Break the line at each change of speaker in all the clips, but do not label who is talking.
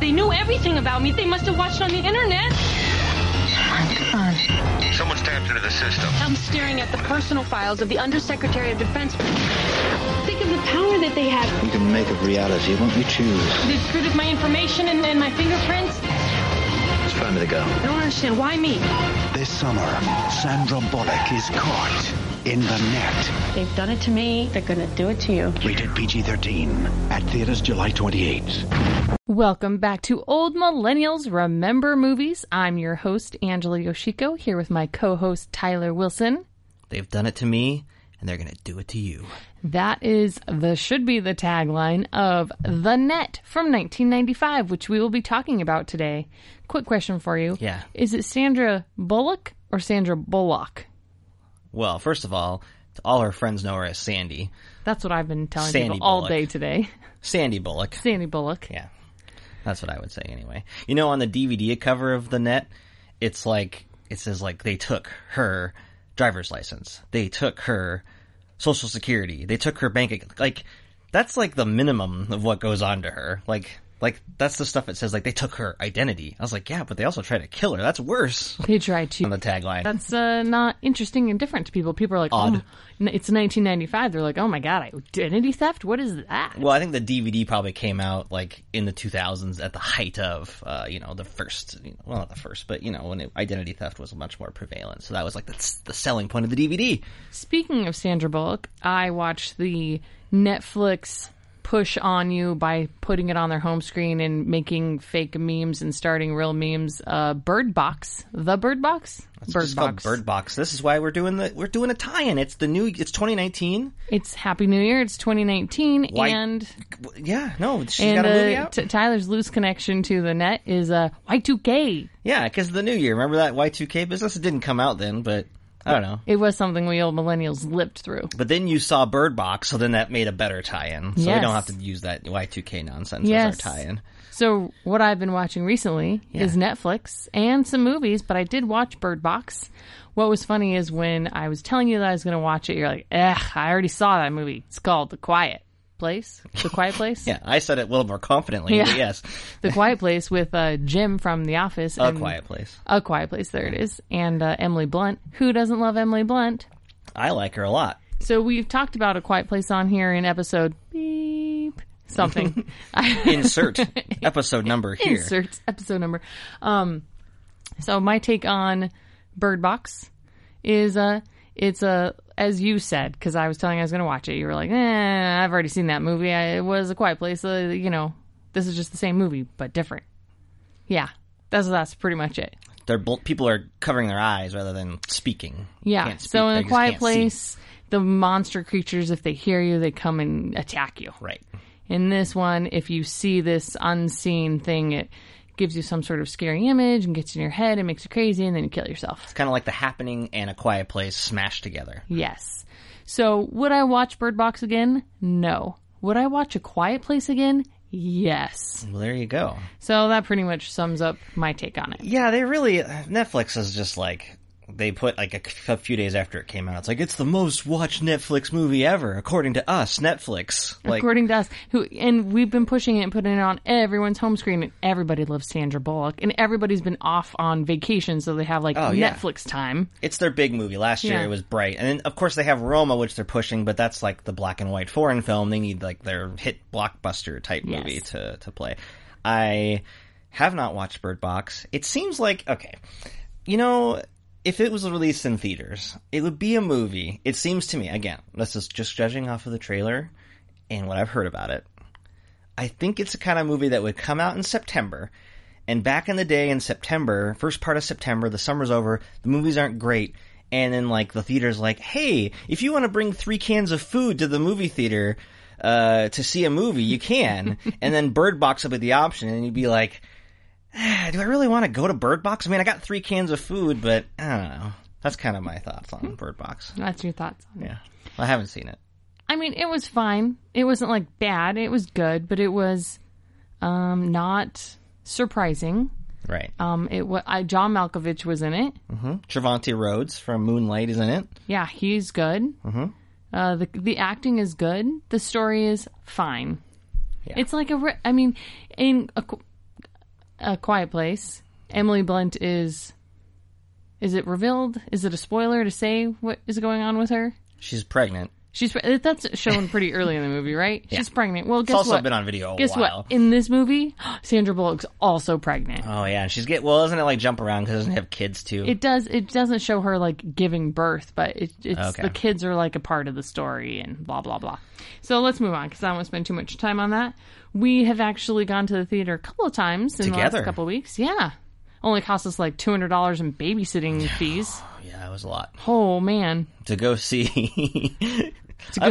They knew everything about me. They must have watched on the internet.
Oh my God.
Someone's tapped into the system.
I'm staring at the personal files of the Undersecretary of Defense. Think of the power that they have.
You can make of reality what you choose.
They've screwed with my information and, and my fingerprints.
It's time to go.
I don't understand. Why me?
This summer, Sandra Bullock is caught in the net.
They've done it to me. They're going to do it to you.
Rated PG 13. At theaters July 28th.
Welcome back to Old Millennials Remember Movies. I'm your host, Angela Yoshiko, here with my co host, Tyler Wilson.
They've done it to me, and they're going to do it to you.
That is the should be the tagline of The Net from 1995, which we will be talking about today. Quick question for you.
Yeah.
Is it Sandra Bullock or Sandra Bullock?
Well, first of all, all her friends know her as Sandy.
That's what I've been telling
Sandy
people all
Bullock.
day today.
Sandy Bullock.
Sandy Bullock.
Yeah. That's what I would say anyway. You know, on the DVD cover of The Net, it's like, it says like they took her driver's license. They took her social security. They took her bank. ac- Like, that's like the minimum of what goes on to her. Like, like that's the stuff that says like they took her identity. I was like, yeah, but they also tried to kill her. That's worse
They try to.
on the tagline.
That's uh, not interesting and different to people. People are like,
Odd.
oh, n- it's 1995. They're like, oh my god, identity theft? What is that?
Well, I think the DVD probably came out like in the 2000s at the height of, uh, you know, the first, you know, well, not the first, but you know, when it, identity theft was much more prevalent. So that was like the, the selling point of the DVD.
Speaking of Sandra Bullock, I watched the Netflix push on you by putting it on their home screen and making fake memes and starting real memes. Uh, Bird Box, the Bird Box, Bird
It's called
Box.
Bird Box. This is why we're doing the we're doing a tie-in. It's the new. It's 2019.
It's Happy New Year. It's 2019,
Why-
and
Yeah, no, she's
and
got a movie
uh,
out.
T- Tyler's loose connection to the net is uh, Y2K.
yeah, because the new year. Remember that Y2K business? It didn't come out then, but I don't know.
It was something we old millennials lived through.
But then you saw Bird Box, so then that made a better tie-in. So we
Yes.
don't have to use that Y2K nonsense
Yes.
as our tie-in.
So what I've been watching recently is Netflix and some movies, but I did watch Bird Box. What was funny is when I was telling you that I was going to watch it, you're like, "Ugh, I already saw that movie. It's called The Quiet Place. The Quiet Place.
Yeah, I said it a little more confidently,
Yeah.
but yes.
The Quiet Place with uh, Jim from The Office.
A
and-
Quiet Place.
A Quiet Place. There it is. And uh, Emily Blunt. Who doesn't love Emily Blunt?
I like her a lot.
So we've talked about A Quiet Place on here in episode beep something.
Insert episode number here.
insert episode number. Um, so my take on Bird Box is uh, it's uh, as you said because I was telling you I was going to watch it. You were like, eh, I've already seen that movie. I, it was a quiet place. Uh, you know, this is just the same movie but different. Yeah, that's that's pretty much it.
They're bl- people are covering their eyes rather than speaking.
Yeah.
Can't speak,
So in
they
a
just
quiet
can't see.
place, the monster creatures, if they hear you, they come and attack you.
Right.
In this one, if you see this unseen thing, it gives you some sort of scary image and gets in your head and makes you crazy, and then you kill yourself.
It's kind of like The Happening and A Quiet Place smashed together.
Yes. So, would I watch Bird Box again? No. Would I watch A Quiet Place again? Yes.
Well, there you go.
So, that pretty much sums up my take on it.
Yeah, they really uh, Netflix is just like they put like a, c- a few days after it came out. It's like it's the most watched Netflix movie ever, according to us, Netflix. Like,
According to us, who and we've been pushing it and putting it on everyone's home screen, and everybody loves Sandra Bullock, and everybody's been off on vacation, so they have like
Oh, yeah.
Netflix time.
it's their big movie. Last year
Yeah.
it was Bright, and then of course they have Roma, which they're pushing, but that's like the black and white foreign film. They need like their hit blockbuster type
Yes.
movie to to play. I have not watched Bird Box. It seems like okay, you know. If it was released in theaters, it would be a movie. It seems to me, again, this is just judging off of the trailer and what I've heard about it. I think it's the kind of movie that would come out in September. And back in the day in September, first part of September, the summer's over, the movies aren't great. And then like the theater's like, hey, if you want to bring three cans of food to the movie theater uh, to see a movie, you can. and then Bird Box will be the option, and you'd be like, "Ah, do I really want to go to Bird Box? I mean, I got three cans of food, but I don't know. That's kind of my thoughts on Bird Box.
That's your thoughts on it.
Yeah, I haven't seen it.
I mean, it was fine. It wasn't like bad. It was good, but it was um, not surprising.
Right.
Um, it wa- I, John Malkovich was in it.
Trevante Rhodes from Moonlight is in it.
Yeah, he's good. Mm-hmm. Uh, the the acting is good. The story is fine. It's like a. Re- I mean, in a, qu- A Quiet Place. Emily Blunt is. Is it revealed? Is it a spoiler to say what is going on with her?
She's pregnant.
She's pre- that's shown pretty early in the movie, right? She's pregnant. Well, guess
also
what?
been on video a
guess
while.
what? In this movie, Sandra Bullock's also pregnant.
Oh yeah, and she's get well, doesn't it like jump around because doesn't it have kids too?
It does. It doesn't show her like giving birth, but it, it's
Okay.
the kids are like a part of the story and blah blah blah. So let's move on because I don't want to spend too much time on that. We have actually gone to the theater a couple of times in the
Together.
last couple of weeks. Yeah, only cost us like two hundred dollars in babysitting fees.
yeah, it was a lot
Oh man,
to go see. I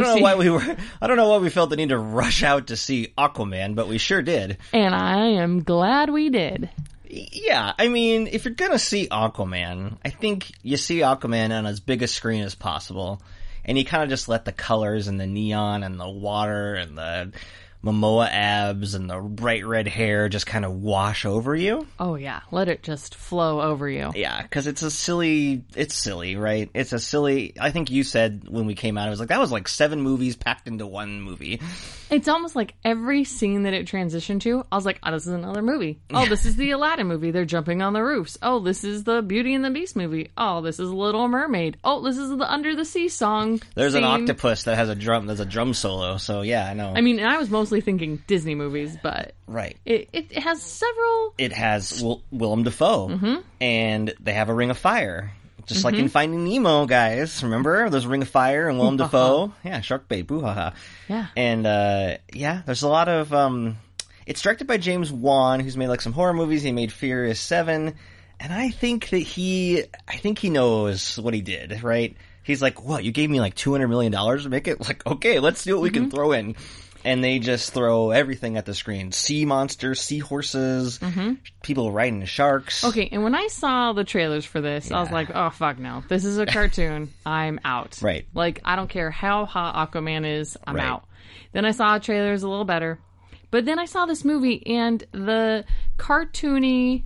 go
don't know
see-
why we were. I don't know why we felt the need to rush out to see Aquaman, but we sure did.
and I am glad we did.
Yeah, I mean, if you're gonna see Aquaman, I think you see Aquaman on as big a screen as possible, and you kind of just let the colors and the neon and the water and the Momoa abs and the bright red hair just kind of wash over you.
Oh yeah, let it just flow over you.
Yeah, because it's a silly. It's silly, right? It's a silly. I think you said when we came out, it was like that was like seven movies packed into one movie.
It's almost like every scene that it transitioned to, I was like, oh, this is another movie. Oh, this is the Aladdin movie. They're jumping on the roofs. Oh, this is the Beauty and the Beast movie. Oh, this is Little Mermaid. Oh, this is the Under the Sea song.
There's an
theme.
octopus that has a drum. There's a drum solo. So yeah, I know.
I mean, and I was mostly thinking Disney movies, but
right.
it, it has several.
it has Will- Willem Dafoe, and they have a Ring of Fire, just like in Finding Nemo, guys. Remember, there's a Ring of Fire and Willem Dafoe. Yeah, Shark Bait, brouhaha.
Yeah.
and uh, yeah, there's a lot of. Um, it's directed by James Wan, who's made like some horror movies. He made Furious Seven, and I think that he, I think he knows what he did, right? He's like, what? You gave me like two hundred million dollars to make it. Like, okay, let's see what we can throw in. And they just throw everything at the screen: sea monsters, seahorses, people riding sharks.
Okay, and when I saw the trailers for this, I was like, oh, fuck no. This is a cartoon. I'm out.
Right.
Like, I don't care how hot Aquaman is, I'm
Right.
out. Then I saw trailers a little better. But then I saw this movie, and the cartoony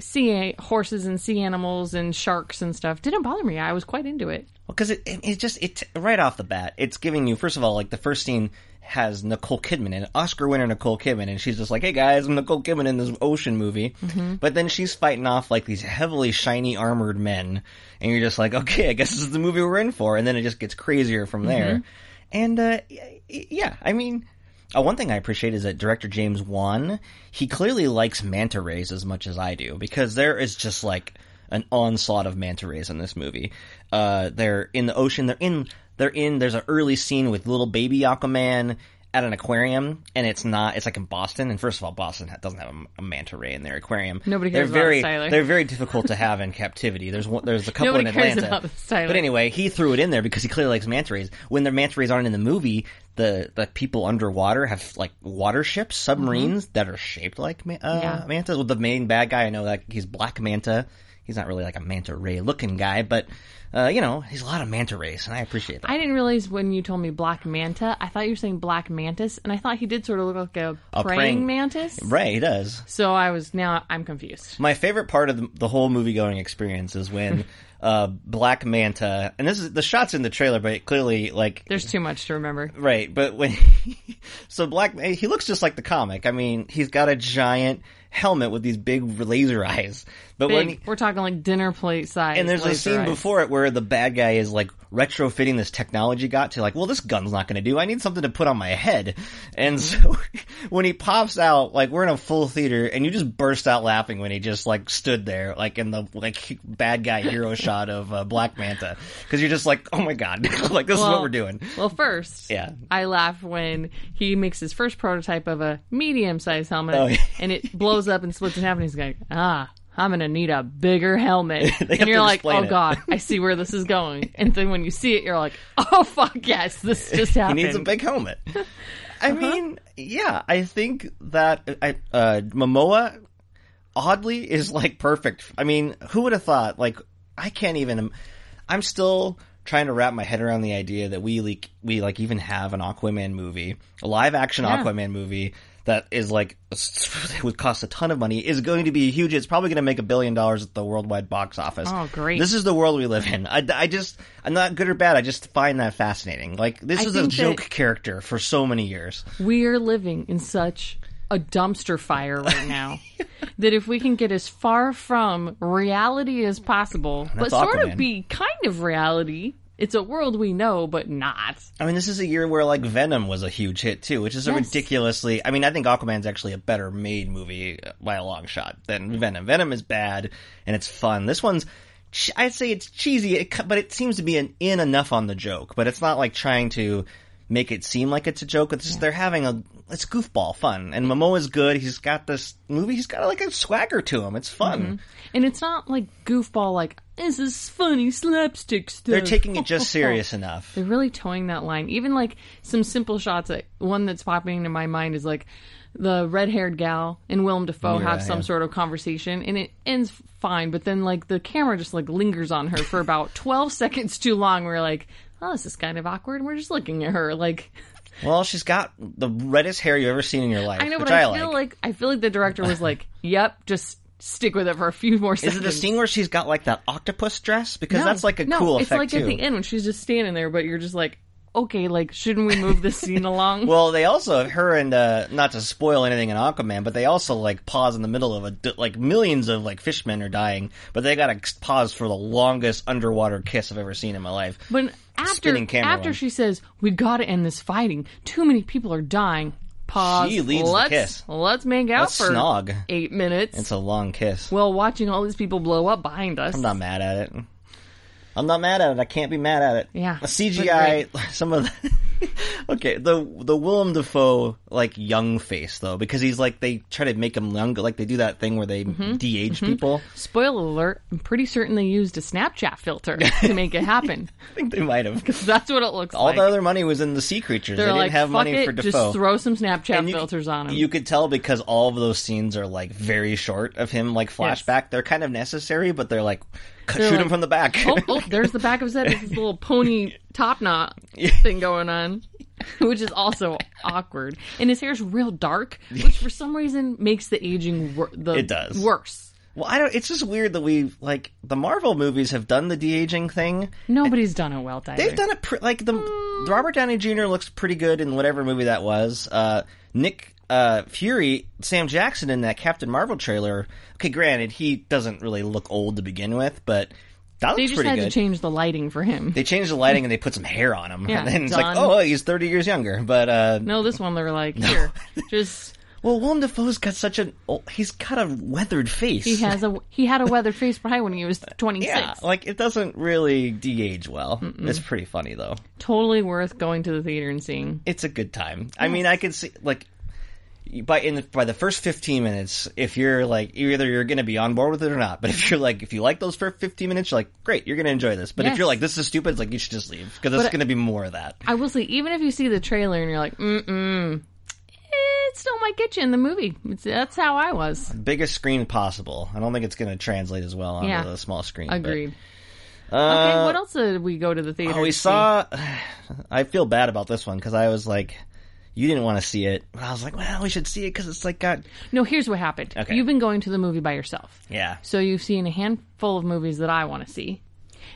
sea a- horses and sea animals and sharks and stuff didn't bother me. I was quite into it.
because it, it it just it right off the bat it's giving you first of all like the first scene has Nicole Kidman and Oscar winner Nicole Kidman and she's just like hey guys I'm Nicole Kidman in this ocean movie but then she's fighting off like these heavily shiny armored men and you're just like okay I guess this is the movie we're in for and then it just gets crazier from there and uh, y- y- yeah I mean. Uh, one thing I appreciate is that director James Wan, he clearly likes manta rays as much as I do because there is just like an onslaught of manta rays in this movie. Uh, they're in the ocean. They're in. They're in. There's an early scene with little baby Aquaman at an aquarium, and it's not. It's like in Boston. And first of all, Boston ha- doesn't have a, a manta ray in their aquarium.
Nobody cares
they're
about
very,
us, Tyler.
They're very difficult to have in captivity. There's one. There's a couple
Nobody
in
cares
Atlanta.
about us, Tyler.
But anyway, he threw it in there because he clearly likes manta rays. When the manta rays aren't in the movie, the the people underwater have like water ships, submarines that are shaped like ma- uh,
Yeah.
manta. Well, the main bad guy I know like he's Black Manta. He's not really like a manta ray looking guy, but uh, you know he's a lot of manta rays, and I appreciate that.
I didn't realize when you told me black manta, I thought you were saying black mantis, and I thought he did sort of look like a,
A
praying,
praying-
mantis.
right, he does.
So I was now I'm confused.
My favorite part of the, the whole movie going experience is when uh, Black Manta, and this is the shots in the trailer, but clearly like
There's too much to remember.
Right, but when so Black he looks just like the comic. I mean, he's got a giant helmet with these big laser eyes. But when
Big,
he,
we're talking like dinner plate size.
and there's a
laser
scene
eyes.
before it where the bad guy is like retrofitting this technology got to like, well, this gun's not going to do. I need something to put on my head. And
Mm-hmm.
so when he pops out, like we're in a full theater, and you just burst out laughing when he just like stood there, like in the like bad guy hero shot of uh, Black Manta, because you're just like, oh my god, like this is what
Well-
we're doing.
Well, first,
Yeah.
I laugh when he makes his first prototype of a medium-sized helmet,
Oh, yeah.
and it blows up and splits in half, and he's like, "Ah, I'm gonna need a bigger helmet."
have
and
to
you're like,
explain
"Oh
it."
God, I see where this is going." And then when you see it, you're like, "Oh fuck, yes, this just
He
happened."
needs a big helmet.
Uh-huh.
I mean, yeah, I think that I, uh, Momoa oddly is like perfect. I mean, who would have thought? Like, I can't even. I'm still trying to wrap my head around the idea that we like we like even have an Aquaman movie, a live action
Yeah.
Aquaman movie that is like it would cost a ton of money is going to be huge. It's probably going to make a billion dollars at the worldwide box office.
Oh, great.
This is the world we live in. I, I just I'm not good or bad. I just find that fascinating. Like this
I
is a
think that-
joke character for so many years.
We're living in such a dumpster fire right now. that if we can get as far from reality as possible, but sort
Aquaman.
of be kind of reality. It's a world we know, but not.
I mean, this is a year where like Venom was a huge hit too, which is a
Yes.
ridiculously. I mean, I think Aquaman's actually a better made movie by a long shot than Venom. Venom is bad and it's fun. This one's, ch- I'd say it's cheesy, it co- but it seems to be an in enough on the joke. But it's not like trying to make it seem like it's a joke. It's just they're having a it's goofball fun, and Momoa's good. He's got this movie. He's got like a swagger to him. It's fun.
Mm-hmm. And it's not like goofball, like, this is funny slapstick stuff.
They're taking it just serious enough.
They're really towing that line. Even like some simple shots. That one that's popping into my mind is like the red-haired gal and Willem Dafoe have some
yeah.
sort of conversation, and it ends fine. But then like the camera just like lingers on her for about twelve seconds too long. We're like, oh, this is kind of awkward. And we're just looking at her like.
Well, she's got the reddest hair you've ever seen in your life.
I know,
which
but I,
like.
feel like. I feel like the director was like, "Yep, just stick with it for a few more
Is
seconds."
it the scene where she's got like that octopus dress? Because that's like a
no,
cool
it's
effect
like
too.
at the end when she's just standing there, but you're just like, "Okay, like, shouldn't we move this scene along?"
Well, they also her and uh, not to spoil anything in Aquaman, but they also like pause in the middle of a d- like millions of like fishmen are dying, but they got to pause for the longest underwater kiss I've ever seen in my life.
But after
Spinning camera
after
one.
she says, "We got to end this fighting. Too many people are dying." Pause.
She leads the
let's,
kiss.
Let's make out
Let's
for
snog.
eight minutes.
It's a long kiss.
while watching all these people blow up behind us.
I'm not mad at it. I'm not mad at it. I can't be mad at it.
Yeah,
The CGI, some of the. okay, the the Willem Dafoe like young face though, because he's like they try to make him younger, like they do that thing where they
Mm-hmm.
de-age people.
Spoiler alert! I'm pretty certain they used a Snapchat filter to make it happen.
I think they might have.
That's what it looks
All
like.
the other money was in the sea creatures. They
They're
didn't
like,
have
"Fuck
money
it,
for Defoe.
just throw some Snapchat
And you-
filters on them.
You could tell because all of those scenes are like very short of him, like flashback. They're kind of necessary, but they're like cut, shoot
like,
him from the back.
oh, oh, there's the back of his head. There's this little pony top knot thing going on, which is also awkward. And his hair's real dark, which for some reason makes the aging wor- the
It does.
worse.
well, I don't. It's just weird that we like the Marvel movies have done the de aging thing.
Nobody's done it well, Tyler.
They've done it pre- like the Robert Downey Jr. looks pretty good in whatever movie that was. Uh, Nick uh, Fury, Sam Jackson in that Captain Marvel trailer. Okay, granted he doesn't really look old to begin with, but that looks
They just
pretty
had
good.
to change the lighting for him.
they changed the lighting and they put some hair on him.
Yeah,
and then it's
done.
like, oh, he's 30 years younger. But, uh,
no, this one they were like, here, just
well, Willem Dafoe's got such an, oh, he's got a weathered face.
he has a he had a weathered face probably when he was 26.
Yeah, like it doesn't really de-age well. It's pretty funny though.
Totally worth going to the theater and seeing.
It's a good time. I mean, I could see like by in the, by the first 15 minutes, if you're like either you're going to be on board with it or not. But if you're like if you like those first 15 minutes, you're like, great, you're going to enjoy this. But if
Yes.
you're like this is stupid, it's like you should just leave because it's
But-
going to be more of that.
I will say, even if you see the trailer and you're like, mm mm, it still might get you in the movie. It's, that's how I was.
Biggest screen possible. I don't think it's going to translate as well on
Yeah.
the small screen. but-
Agreed. okay, what else did we go to the theater?
Uh, Oh, we
to see?
saw. I feel bad about this one because I was like, you didn't want to see it, but I was like, well, we should see it because it's like got
No, here's what happened.
Okay.
You've been going to the movie by yourself.
yeah.
So you've seen a handful of movies that I want to see.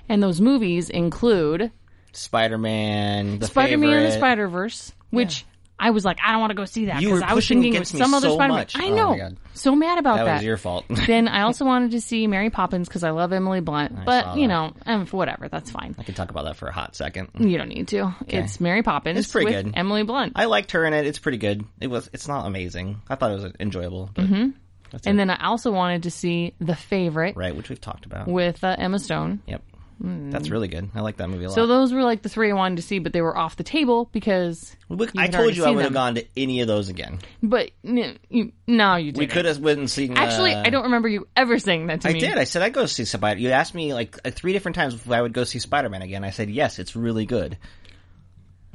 And those movies include
Spider Man, the
Spider Man and the
Favorite.
Spider Verse, which I was like, I don't want to go see that
You
because
were
I was
pushing
thinking it was
against me
some other
so
Spider Man.
much.
I
Oh my
know.
God.
So mad about
That
that.
was your fault.
then I also wanted to see Mary Poppins because I love Emily Blunt, but you know, um, whatever, that's fine.
I can talk about that for a hot second.
You don't need to. It's Mary Poppins.
It's pretty
with
good.
Emily Blunt.
I liked her in it. It's pretty good. It was. It's not amazing. I thought it was enjoyable. But,
and then I also wanted to see The Favorite
Right, which we've talked about.
with uh, Emma Stone.
Yep. That's really good. I like that movie a lot.
So those were like the three I wanted to see, but they were off the table because
We-
you
I
had
told
already
you I
seen
would have
them.
gone to any of those again.
But n- you, no, you didn't.
We could have went and seen.
Actually,
uh,
I don't remember you ever saying that to
I
me.
did. I said I'd go see Spider. You asked me like uh, three different times if I would go see Spider Man again. I said yes. It's really good.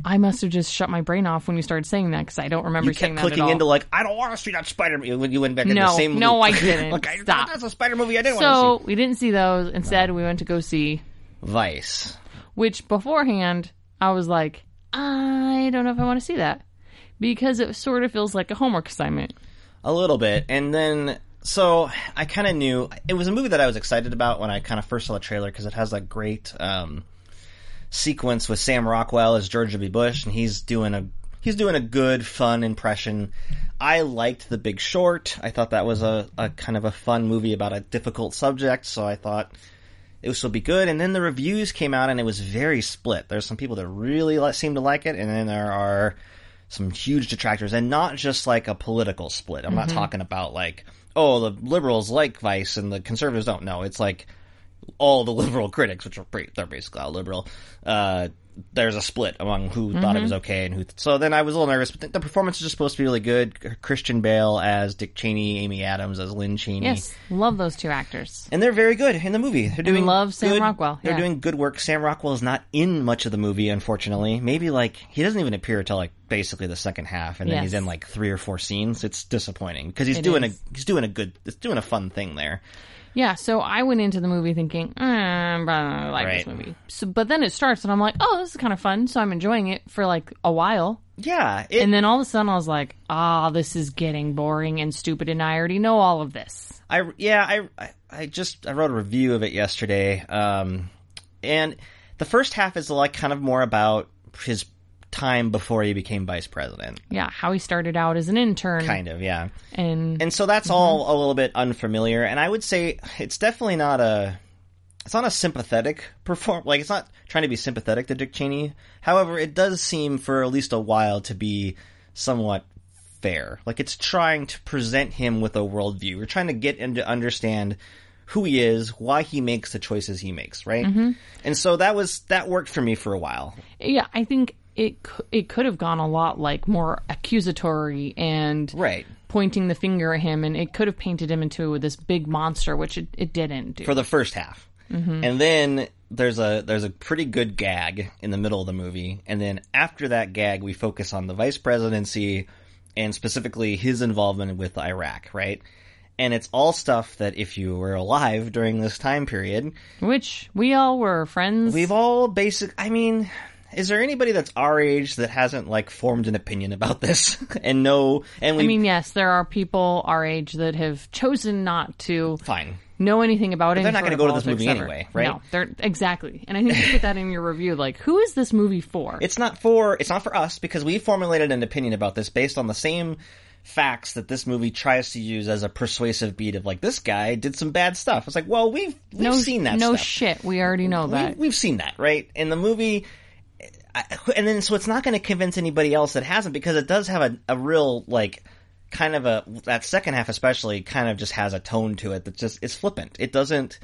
I must have just shut my brain off when you started saying that because I don't remember
You
saying
kept
that at
clicking
all.
into like I don't want to see that Spider Man when you went back into
No,
the same.
no,
loop.
I didn't.
like I thought
Stop.
that's a Spider movie. I didn't
so
want
we didn't see those. Instead, we went to go see
to see Vice.
which beforehand I was like, I don't know if I want to see that because it sort of feels like a homework assignment.
A little bit. And then, so I kind of knew it was a movie that I was excited about when I kind of first saw the trailer because it has that great um, sequence with Sam Rockwell as George W. Bush, and he's doing a he's doing a good, fun impression I liked The Big Short. I thought that was a, a kind of a fun movie about a difficult subject, so I thought this will be good. And then the reviews came out, and it was very split. There's some people that really li- seem to like it, and then there are some huge detractors, and not just like a political split. I'm not talking about like oh the liberals like Vice and the conservatives don't. No, it's like all the liberal critics, which are pretty, they're basically all liberal, uh, there's a split among who thought it was okay and who. so then I was a little nervous, but the, the performances are supposed to be really good. Christian Bale as Dick Cheney, Amy Adams as Lynn Cheney.
Yes, love those two actors.
And they're very good in the movie. They're doing
love Sam
good-
Rockwell,
They're
yeah.
doing good work. Sam Rockwell is not in much of the movie, unfortunately. Maybe like he doesn't even appear until like basically the second half, and then he's
Yes.
in like three or four scenes. It's disappointing because he's doing
is.
a he's doing a good it's doing a fun thing there.
Yeah, so I went into the movie thinking, mm, I'm probably not gonna like this
Right.
movie. So, but then it starts, and I'm like, oh, this is kind of fun. So I'm enjoying it for like a while,
Yeah, it,
and then all of a sudden I was like, ah, this is getting boring and stupid, and I already know all of this.
I yeah I- I I just I wrote a review of it yesterday, um, and the first half is like kind of more about his time before he became vice president,
Yeah, how he started out as an intern,
kind of yeah,
and
and so that's all a little bit unfamiliar, and I would say it's definitely not a it's not a sympathetic perform like it's not trying to be sympathetic to Dick Cheney. However, it does seem for at least a while to be somewhat fair. Like it's trying to present him with a worldview. We're trying to get him to understand who he is, why he makes the choices he makes, right? And so that was that worked for me for a while.
yeah, I think it cou- it could have gone a lot like more accusatory and
Right.
pointing the finger at him, and it could have painted him into this big monster, which it, it didn't do.
for the first half,
Mm-hmm.
and then there's a there's a pretty good gag in the middle of the movie, and then after that gag, we focus on the vice presidency and specifically his involvement with Iraq, right? And it's all stuff that if you were alive during this time period,
Which we all were friends.
we've all basic. I mean. Is there anybody that's our age that hasn't like formed an opinion about this and no and we
I mean, yes, there are people our age that have chosen not to
fine
know anything about it.
they're not gonna go to this movie anyway, right?
No, they're exactly. And I think you put that in your review. Like, who is this movie for?
It's not for it's not for us because we formulated an opinion about this based on the same facts that this movie tries to use as a persuasive beat of like this guy did some bad stuff. It's like, well, we've we've
no,
seen that
No
stuff.
shit. We already know that.
We, have seen that, right? In the movie, I, and then so it's not going to convince anybody else that hasn't because it does have a, a real like kind of a that second half especially kind of just has a tone to it that just it's flippant. It doesn't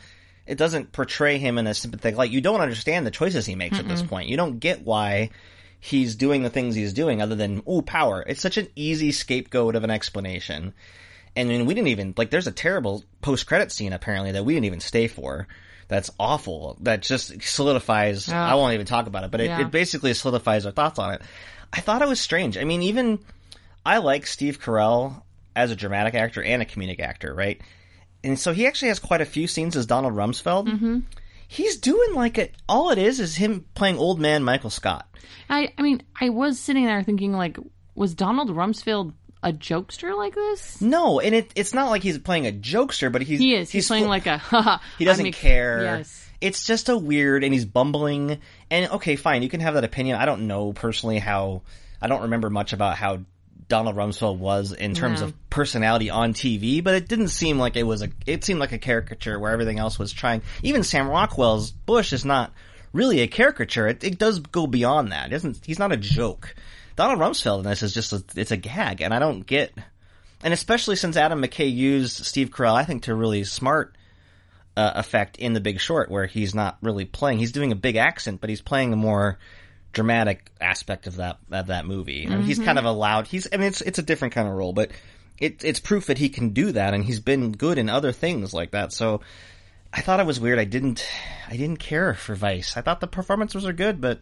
it doesn't portray him in a sympathetic light. You don't understand the choices he makes at this point. You don't get why he's doing the things he's doing other than ooh power. It's such an easy scapegoat of an explanation. And then we didn't even like. There's a terrible post credit scene apparently that we didn't even stay for. That's awful. That just solidifies. I won't even talk about it, but it,
Yeah.
it basically solidifies our thoughts on it. I thought it was strange. I mean, even I like Steve Carell as a dramatic actor and a comedic actor, right? And so he actually has quite a few scenes as Donald Rumsfeld. Mm-hmm. He's doing like a, all it is is him playing old man Michael Scott.
I, I mean, I was sitting there thinking, like, was Donald Rumsfeld a jokester like this?
No, and it, it's not like he's playing a jokester, but he's
He is. He's, playing
full-
like a. Haha,
He doesn't
I'm ex-
care.
Yes.
It's just a weird, and he's bumbling. And okay, fine, you can have that opinion. I don't know personally how. I don't remember much about how Donald Rumsfeld was in terms
No.
of personality on TV, but it didn't seem like it was a. It seemed like a caricature where everything else was trying. Even Sam Rockwell's Bush is not really a caricature. It, it does go beyond that. It isn't he's not a joke. Donald Rumsfeld in this is just a, it's a gag, and I don't get. And especially since Adam McKay used Steve Carell, I think to really smart uh, effect in The Big Short, where he's not really playing. He's doing a big accent, but he's playing a more dramatic aspect of that of that movie. I mean, he's kind of allowed. He's I mean, it's it's a different kind of role, but it, it's proof that he can do that, and he's been good in other things like that. So I thought it was weird. I didn't I didn't care for Vice. I thought the performances were good, but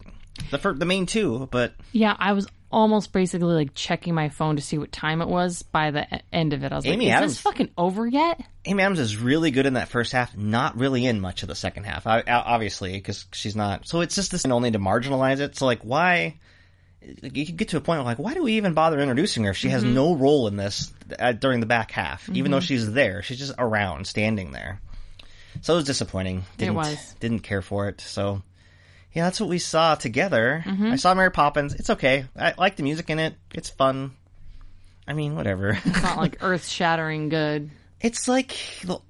the fir- the main two, but
Yeah, I was almost basically like checking my phone to see what time it was by the e- end of it. I was like,
Amy
is
Adams-
this fucking over yet?
Amy Adams is really good in that first half, not really in much of the second half, I, I- obviously, because she's not. So it's just this, and only to marginalize it. So like, why? You could get to a point where like, why do we even bother introducing her if she has no role in this uh, during the back half? Even though she's there, she's just around, standing there. So it was disappointing. Didn't,
was.
Didn't care for it. So yeah, that's what we saw together. I saw Mary Poppins. It's okay. I like the music in it. It's fun. I mean, whatever.
It's not like earth shattering good.
it's like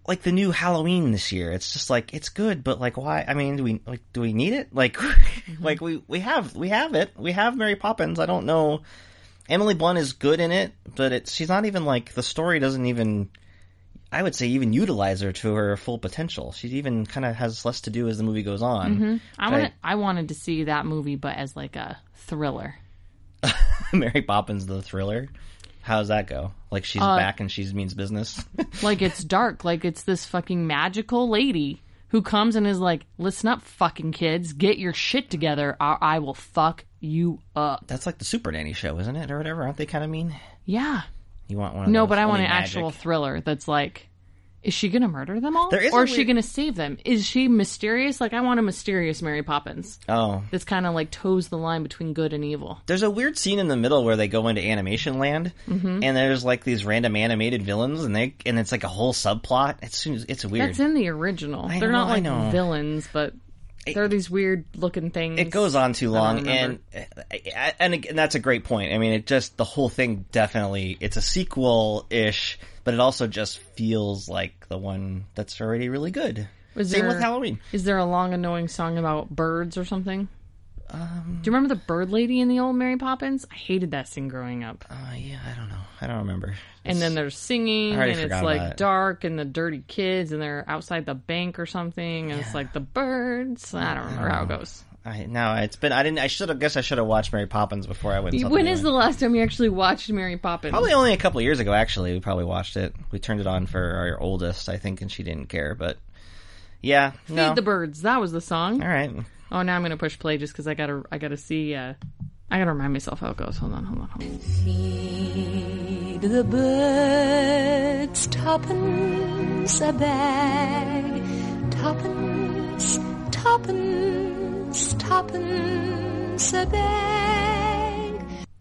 like the new Halloween this year. It's just like it's good, but like why? I mean, do we like do we need it? Like
Mm-hmm.
like we we have we have it. We have Mary Poppins. I don't know. Emily Blunt is good in it, but it's she's not even like the story doesn't even I would say even utilize her to her full potential. She even kind of has less to do as the movie goes on.
I
Right.
want I wanted to see that movie, but as like a thriller.
Mary Poppins the thriller. How's that go? Like she's
Uh,
back and she means business.
Like it's dark. Like it's this fucking magical lady who comes and is like, "Listen up, fucking kids, get your shit together, or I will fuck you up."
That's like the Super Nanny show, isn't it, or whatever? Aren't they kind of mean?
Yeah.
You want one? Of
No,
those,
but I
only
want an
magic.
actual thriller that's like, is she gonna murder them all,
There is a
or is she
weird-
gonna save them? Is she mysterious? Like I want a mysterious Mary Poppins
Oh,
that's kind of like toes the line between good and evil.
there's a weird scene in the middle where they go into animation land, and there's like these random animated villains, and they and it's like a whole subplot. It's it's weird.
That's in the original.
I
They're
know,
not
I
like
know.
villains, but they're these weird looking things.
it goes on too long, and
remember.
and and that's a great point. I mean, it just the whole thing definitely it's a sequel ish, but it also just feels like the one that's already really good.
Is
Same
there-
with Halloween.
Is there a long annoying song about birds or something?
Um,
Do you remember the bird lady in the old Mary Poppins? I hated that scene growing up.
Uh, yeah, I don't know. I don't remember.
and then there's singing,
I already
and it's
forgot
like
about it.
dark, and the dirty kids, and they're outside the bank or something, and it's like the birds. I don't remember how it goes.
I, no, it's been. I didn't. I should have. Guess I should have watched Mary Poppins before I went. and saw
When
new
is
one.
the last time you actually watched Mary Poppins?
Probably only a couple years ago, actually. We probably watched it. We turned it on for our oldest, I think, and she didn't care. But yeah, no.
Feed the birds. That was the song.
All right,
Oh, now I'm gonna push play just because I gotta I gotta see. Uh, I gotta remind myself how it goes. Hold on, hold on, hold on.
Feed the birds tuppence a bag, tuppence, tuppence, tuppence a bag.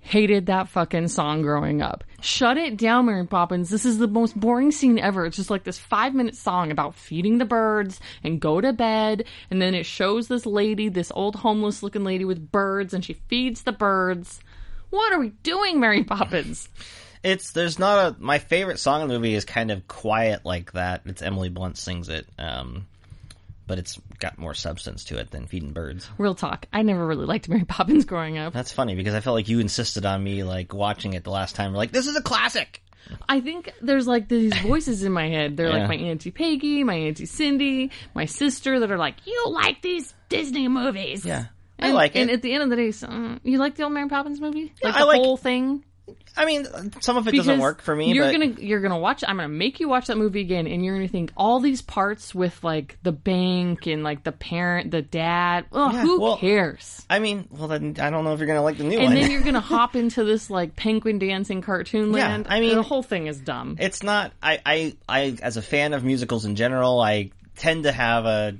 Hated that fucking song growing up. Shut it down, Mary Poppins. This is the most boring scene ever. It's just like this five minute song about feeding the birds and go to bed. And then it shows this lady, this old homeless looking lady with birds, and she feeds the birds. What are we doing, Mary Poppins?
it's there's not a. My favorite song in the movie is kind of quiet like that. It's Emily Blunt sings it, um, but it's got more substance to it than Feeding Birds.
Real talk. I never really liked Mary Poppins growing up.
That's funny because I felt like you insisted on me like watching it the last time. We're like, this is a classic.
I think there's like these voices in my head. They're
Yeah.
like my auntie Peggy, my auntie Cindy, my sister that are like, "You like these Disney movies?"
Yeah,
and,
I like it.
And at the end of the day, so, uh, you like the old Mary Poppins movie? Like
I
the
like-
whole thing?
I mean, some of it doesn't work for me.
You're
but...
gonna you're gonna watch. I'm gonna make you watch that movie again, and you're gonna think all these parts with like the bank and like the parent, the dad. Ugh, who
well-
cares?
I mean, well, then I don't know if you're gonna like the new
And
one.
then you're gonna hop into this like penguin dancing cartoon
Yeah,
land.
I mean-
the whole thing is dumb.
it's not I, I I as a fan of musicals in general, I tend to have a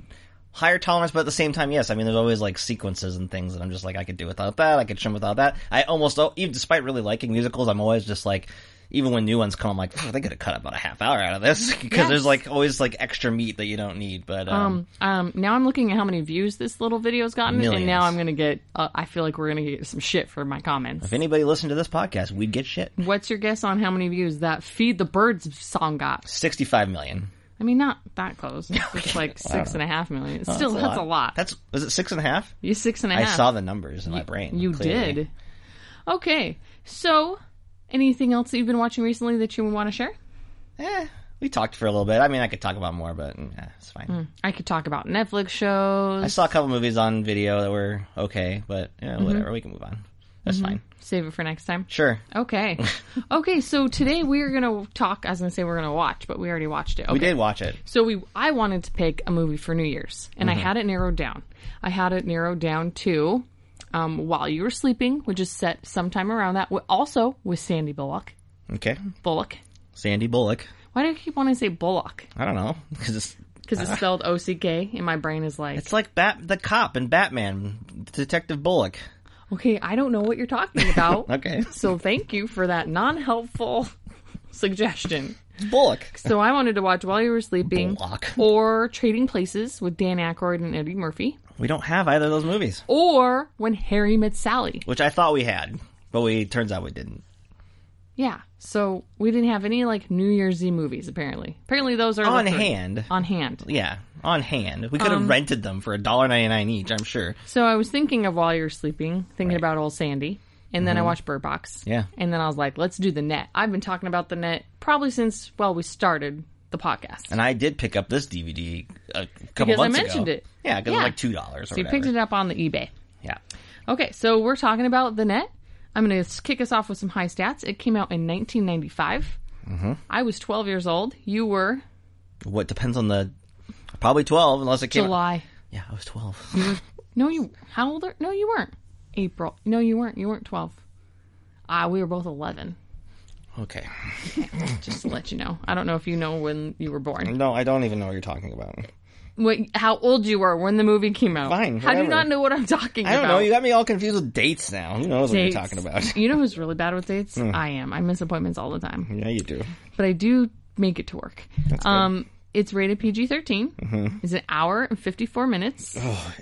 higher tolerance, but at the same time, yes, I mean there's always like sequences and things that I'm just like I could do without that, I could trim without that. I almost al- even despite really liking musicals, I'm always just like even when new ones come, I'm like, "Phew, they could have cut about a half hour out of this because there's like always like extra meat that you don't need. But um,
Um, um, now I'm looking at how many views this little video's gotten,
Millions.
and now I'm gonna get. Uh, I feel like we're gonna get some shit for my comments.
if anybody listened to this podcast, we'd get shit.
What's your guess on how many views that "Feed the Birds" song got?
Sixty-five million.
I mean, not that close. It's just like six and a half million. Still, that's, a lot.
That's was it six and a half?
you six and a
I
half.
saw the numbers in my brain.
You
clearly.
did. Okay, so anything else that you've been watching recently that you want to share?
Eh, we talked for a little bit. I mean, I could talk about more, but mm, eh, it's fine.
I could talk about Netflix
I
shows.
saw a couple movies on video that were okay, but you
Mm-hmm.
know, whatever. We can move on. That's fine.
Save it for next time.
Sure.
Okay. okay, so today we're going to talk. I was going to say we're going to watch, but we already watched it. Okay.
We did watch it.
So we I wanted to pick a movie for New Year's, and
Mm-hmm.
I had it narrowed down. I had it narrowed down to um, While You Were Sleeping, which is set sometime around that. wi- Also with Sandy Bullock.
Okay.
Bullock.
Sandy Bullock.
Why do I keep wanting to say Bullock?
I don't know because it's
Because it's spelled O C K, and my brain is like,
it's like Bat the cop and Batman, Detective Bullock.
okay, I don't know what you're talking about.
Okay.
So thank you for that non-helpful suggestion.
It's Bullock.
So I wanted to watch While You Were Sleeping
Block.
or Trading Places with Dan Aykroyd and Eddie Murphy
We don't have either of those movies,
or When Harry Met Sally.
which I thought we had, but we turns out we didn't.
Yeah. So we didn't have any like New Year's Eve movies apparently. Apparently those are the
On
three. Um,
hand.
On hand.
Yeah, on hand. We could have rented them for $1.99 each, I'm sure.
So I was thinking of while you were sleeping, thinking about old Sandy. And then I watched Bird Box.
Mm-hmm. Yeah.
And then I was like, let's do the net. I've been talking about the net probably since well we started the podcast.
And I did pick up this DVD a couple
Because I
months ago.
mentioned it.
Yeah, because
Yeah.
it was like two dollars or
so you
whatever.
picked it up on the eBay.
Yeah,
Okay, so we're talking about the net. I'm going to kick us off with some high stats. It came out in 1995.
Mm-hmm.
I was 12 years old. You were
what depends on the probably twelve unless it came.
July.
Yeah, I was twelve.
No, you. How old are? No, you weren't. April. No, you weren't. You weren't 12. Ah, we were both 11.
okay.
Just to let you know. I don't know if you know when you were born.
No, I don't even know what you're talking about.
Wait, how old you were when the movie came out?
Fine,
How do you
whatever.
not know what I'm talking
I don't
about?
know. You got me all confused with dates now. Who knows
Dates.
what you're talking about? Hmm.
you know who's really bad with dates? I am. I miss appointments all the time.
yeah, you do.
but I do make it to work. um, it's rated PG 13.
Mm-hmm.
It's an hour and 54 minutes.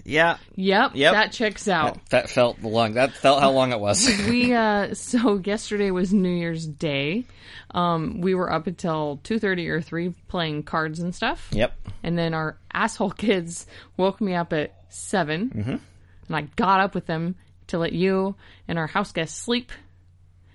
Yeah,
Yep,
Yep.
That checks out.
that felt long. That felt how long it was.
We uh so yesterday was New Year's Day. Um we were up until 2:30 or 3 playing cards and stuff.
yep.
And then our asshole kids woke me up at 7.
Mm-hmm.
And I got up with them to let you and our house guests sleep.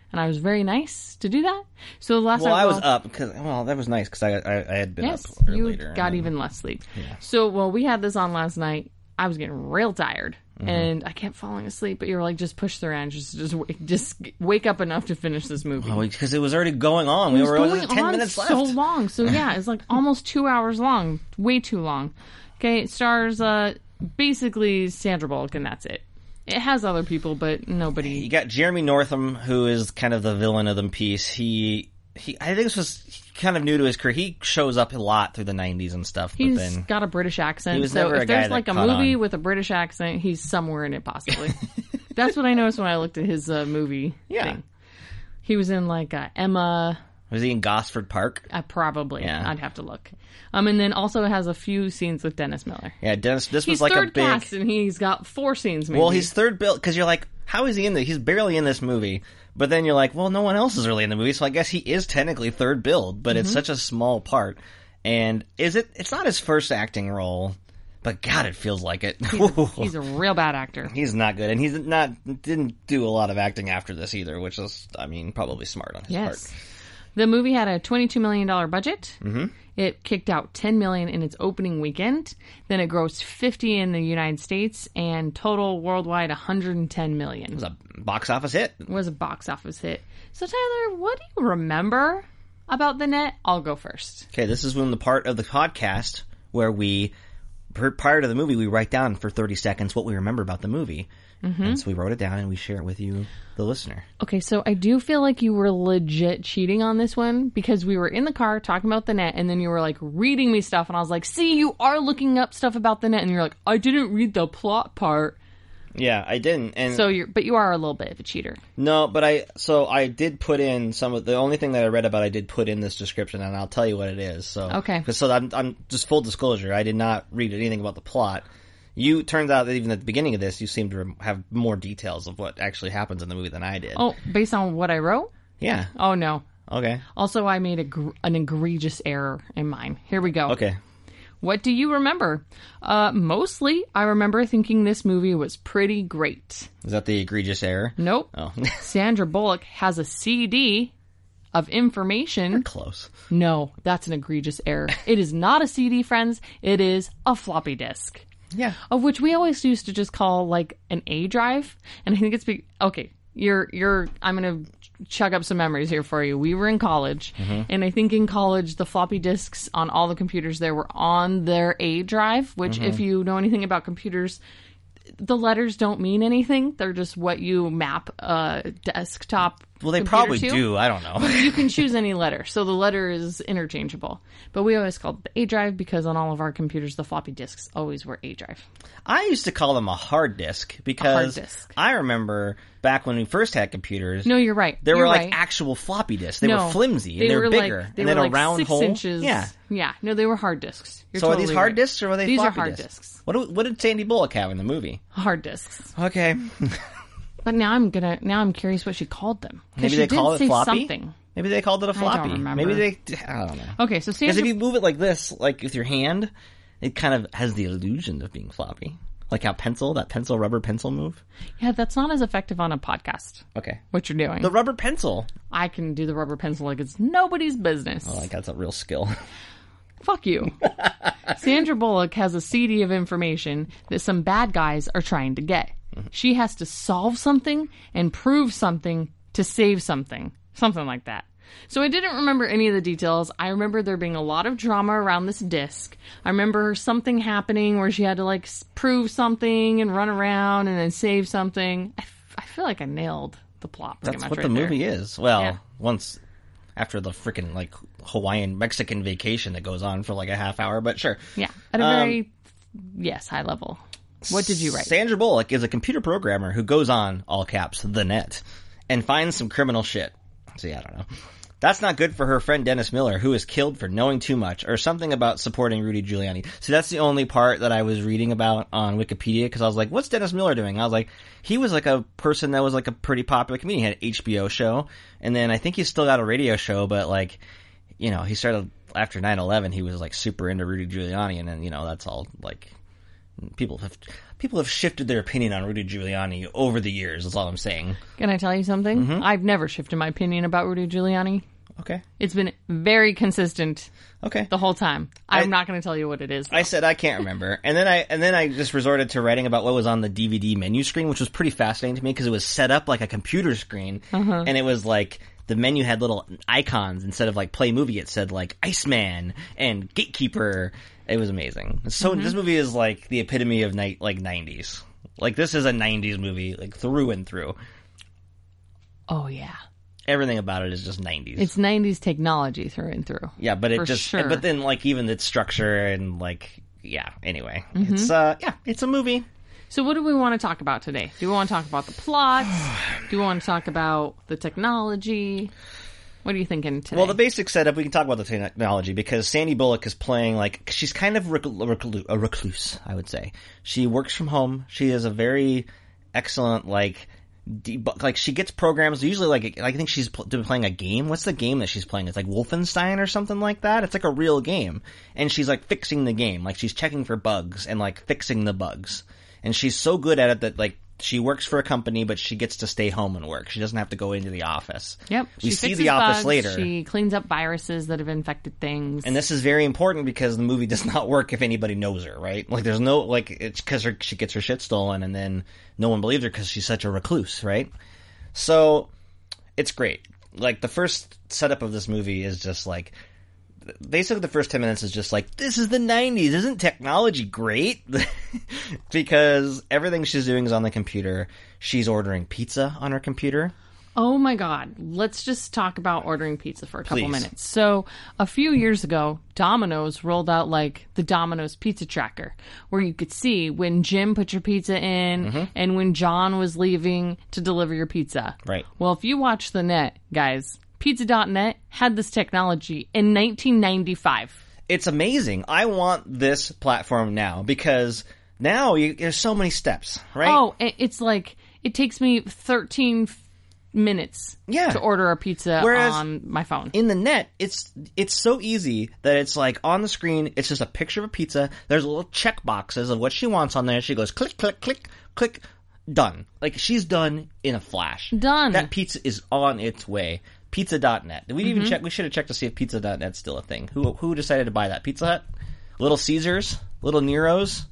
And I was very nice to do that. So the last
Well,
night
I was
well-
up because well, that was nice because I, I I had been
Yes,
up Oh,
you
later.
got
and then-
even less sleep. So, well, we had this on last night. I was getting real tired,
Mm-hmm.
and I kept falling asleep. But you were like, "Just push through, and just just wake, just wake up enough to finish this movie."
because it was already going on. We
It was
were only
going
ten
on
minutes left.
so long. So yeah, it's like almost two hours long. Way too long. Okay, it stars uh basically Sandra Bullock, and that's it. It has other people, but
you
nobody.
got Jeremy Northam, who is kind of the villain of the piece. He he, I think this was kind of new to his career. He shows up a lot through the '90s and stuff, but
He's
then
got a British accent.
He was
so
never
if
a guy
there's
that
like a
caught
movie
on.
with a British accent, he's somewhere in it possibly. That's what I noticed when I looked at his uh, movie.
Yeah.
thing. he was in like uh, Emma.
was he in Gosford Park?
Uh, probably,
Yeah.
I'd have to look. Um, and then also has a few scenes with Dennis Miller.
Yeah, Dennis. This
He's
was like
third
a big.
cast, and he's got four scenes. Maybe.
well, he's third built because you're like, how is he in the? He's barely in this movie. But then you're like, well, no one else is really in the movie, so I guess he is technically third build, but
Mm-hmm.
it's such a small part. And is it? It's not his first acting role, but God, it feels like it.
he's a real bad actor.
He's not good, and he's not didn't do a lot of acting after this either, which is, I mean, probably smart on his
Yes. The movie had a $22 million budget. Mm-hmm. It kicked out $10 million in its opening weekend. Then it grossed 50 in the United States and total worldwide $110 million.
part. It was a box office hit.
was a box office hit. So, Tyler, what do you remember about The Net? I'll go first.
Okay, this is when the part of the podcast where we pr- prior to the movie we write down for thirty seconds what we remember about the movie, and so we wrote it down and we share it with you, the listener.
Okay, so I do feel like you were legit cheating on this one because we were in the car talking about The Net and then you were like reading me stuff and I was like, see, you are looking up stuff about The Net and you're like, I didn't read the plot part.
Yeah, I didn't, and
So you're, but you are a little bit of a cheater.
no, but I so I did put in some of the only thing that I read about. I did put in this description, and I'll tell you what it is. So
Okay.
'cause so I'm, I'm just full disclosure. I did not read anything about the plot. You turns out that even at the beginning of this, you seem to rem- have more details of what actually happens in the movie than I did.
Oh, based on what I wrote?
yeah,
Oh no.
okay,
Also, I made a gr- an egregious error in mine. Here we go.
okay.
What do you remember? Uh, mostly, I remember thinking this movie was pretty great.
Is that the egregious error?
Nope.
Oh,
Sandra Bullock has a CD of information.
close.
No, that's an egregious error. It is not a CD, friends. It is a floppy disk.
Yeah.
Of which we always used to just call like an A drive, and I think it's be- okay. You're you're. I'm gonna chug up some memories here for you. We were in college,
Mm-hmm.
and I think in college the floppy disks on all the computers there were on their A drive. Which,
Mm-hmm.
if you know anything about computers, the letters don't mean anything. They're just what you map a desktop.
Well, they
computer
probably
to
do. I don't know.
you can choose any letter, so the letter is interchangeable. But we always called it the A drive because on all of our computers, the floppy disks always were A drive.
I used to call them a hard disk because
disk.
I remember back when we first had computers.
No, you're right.
They
You're
were like
right.
actual floppy disks. They
No,
were flimsy. and They, were
like-
bigger.
they
and
were
then
like
a round
six
hole.
inches.
Yeah.
yeah. No, they were hard disks. You're
So are
totally
these hard
right.
disks or were they
These
floppy
are hard
disks?
disks.
What, do- what did Sandy Bullock have in the movie?
Hard disks.
Okay.
But now I'm gonna. Now I'm curious what she called them. 'Cause
Maybe
she
they
did
called it
say
floppy.
something.
Maybe they called it a
don't
floppy.
remember.
Maybe they. I don't know.
Okay, so
Because
Sandra.
if you move it like this, like with your hand, it kind of has the illusion of being floppy. Like how pencil, that pencil rubber pencil move.
yeah, that's not as effective on a podcast.
Okay.
What you're doing.
The rubber pencil.
I can do the rubber pencil like it's nobody's business.
Like that's a real skill.
Fuck you. Sandra Bullock has a CD of information that some bad guys are trying to get.
Mm-hmm.
She has to solve something and prove something to save something. Something like that. So I didn't remember any of the details. I remember there being a lot of drama around this disc. I remember something happening where she had to like s- prove something and run around and then save something. I, f- I feel like I nailed the plot. Pretty
That's
much
what
right
the
there.
movie is. Well,
Yeah.
once after the freaking like Hawaiian Mexican vacation that goes on for like a half hour, but sure.
Yeah, at a
Um,
very yes high level. What did you write?
Sandra Bullock is a computer programmer who goes on all caps the net and finds some criminal shit. See, I don't know. That's not good for her friend Dennis Miller, who is killed for knowing too much or something about supporting Rudy Giuliani. See, that's the only part that I was reading about on Wikipedia because I was like, "What's Dennis Miller doing?" I was like, "He was like a person that was like a pretty popular comedian. He had an HBO show, and then I think he's still got a radio show, but like." you know, he started after 9/11. He was like super into Rudy Giuliani, and then you know that's all like people have people have shifted their opinion on Rudy Giuliani over the years. That's all I'm saying.
Can I tell you something?
Mm-hmm.
I've never shifted my opinion about Rudy Giuliani.
Okay,
It's been very consistent
okay.
the whole time. I'm
I-
not going to tell you what it is.
I said I can't remember, and then I and then I just resorted to writing about what was on the DVD menu screen, which was pretty fascinating to me because it was set up like a computer screen, and it was like the menu had little icons instead of like play movie. It said like Iceman and Gatekeeper. It was amazing. So this movie is like the epitome of night like '90s. Like this is a '90s movie, like through and through.
oh yeah,
Everything about it is just '90s.
it's 90s technology through and through.
Yeah, but it
For
just
sure.
but then like even its structure and like yeah, anyway.
Mm-hmm.
It's uh yeah, it's a movie.
So what do we want to talk about today? Do we want to talk about the plot? do we want to talk about the technology? What are you thinking today?
Well, the basic setup we can talk about the technology because Sandy Bullock is playing like she's kind of rec- reclu- a recluse, I would say. She works from home. She is a very excellent like debug like she gets programs usually like I think she's pl- doing- playing a game. What's the game that she's playing? It's like Wolfenstein or something like that. It's like a real game, and she's like fixing the game. Like she's checking for bugs and like fixing the bugs. And she's so good at it that like she works for a company, but she gets to stay home and work. She doesn't have to go into the office.
yep.
We
she
see
fixes
the office
bugs,
later.
She cleans up viruses that have infected things.
And this is very important because the movie does not work if anybody knows her, right? Like, there's no, like, it's because she gets her shit stolen and then no one believes her because she's such a recluse, right? So, it's great. Like, the first setup of this movie is just like, basically the first 10 minutes is just like, this is the 90s. Isn't technology great? because everything she's doing is on the computer. She's ordering pizza on her computer.
Oh my God. Let's just talk about ordering pizza for a couple
Please.
minutes. So, a few years ago, Domino's rolled out like the Domino's pizza tracker where you could see when Jim put your pizza in
Mm-hmm.
and when John was leaving to deliver your pizza.
Right.
Well, if you watch the net, guys, pizza.net had this technology in 1995.
it's amazing. I want this platform now because now you, there's so many steps, right?
Oh, i- it's like it takes me 13 f- minutes
Yeah.
to order a pizza
Whereas-
on my phone.
in the net, it's it's so easy that it's like on the screen, it's just a picture of a pizza. There's little check boxes of what she wants on there. She goes click, click, click, click, done. Like she's done in a flash.
Done.
That pizza is on its way. Pizza.net. Did we even
Mm-hmm.
check? We should have checked to see if Pizza.net's still a thing. Who who decided to buy that? Pizza Hut, Little Caesars, Little Nero's.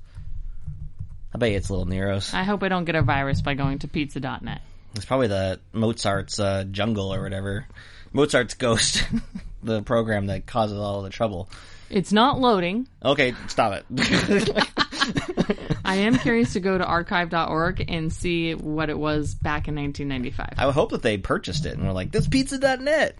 I bet you it's Little Nero's.
I hope I don't get a virus by going to pizza.net.
It's probably the Mozart's uh, jungle or whatever. Mozart's ghost, the program that causes all the trouble.
It's not loading.
Okay, stop it.
I am curious to go to archive.org and see what it was back in 1995.
I would hope that they purchased it and were like, "This pizza.net."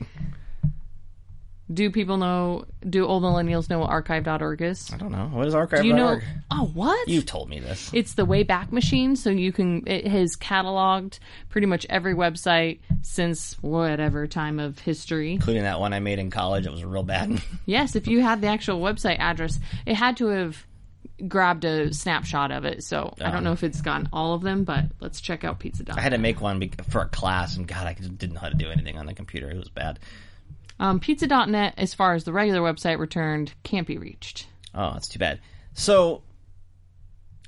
Do people know, do old millennials know what archive.org is?
I don't know what is archive.
Do you know? Oh, what?
You've told me this.
it's the Wayback Machine, so you can, it has cataloged pretty much every website since whatever time of history.
Including that one I made in college, it was real bad.
Yes, if you had the actual website address, it had to have grabbed a snapshot of it, so I don't know if it's gotten all of them, but let's check out Pizza Dog.
Uh-huh. I had to make one bec- for a class, and God, I just didn't know how to do anything on the computer. It was bad.
Um, pizza.net, as far as the regular website returned, can't be reached.
Oh, that's too bad. So,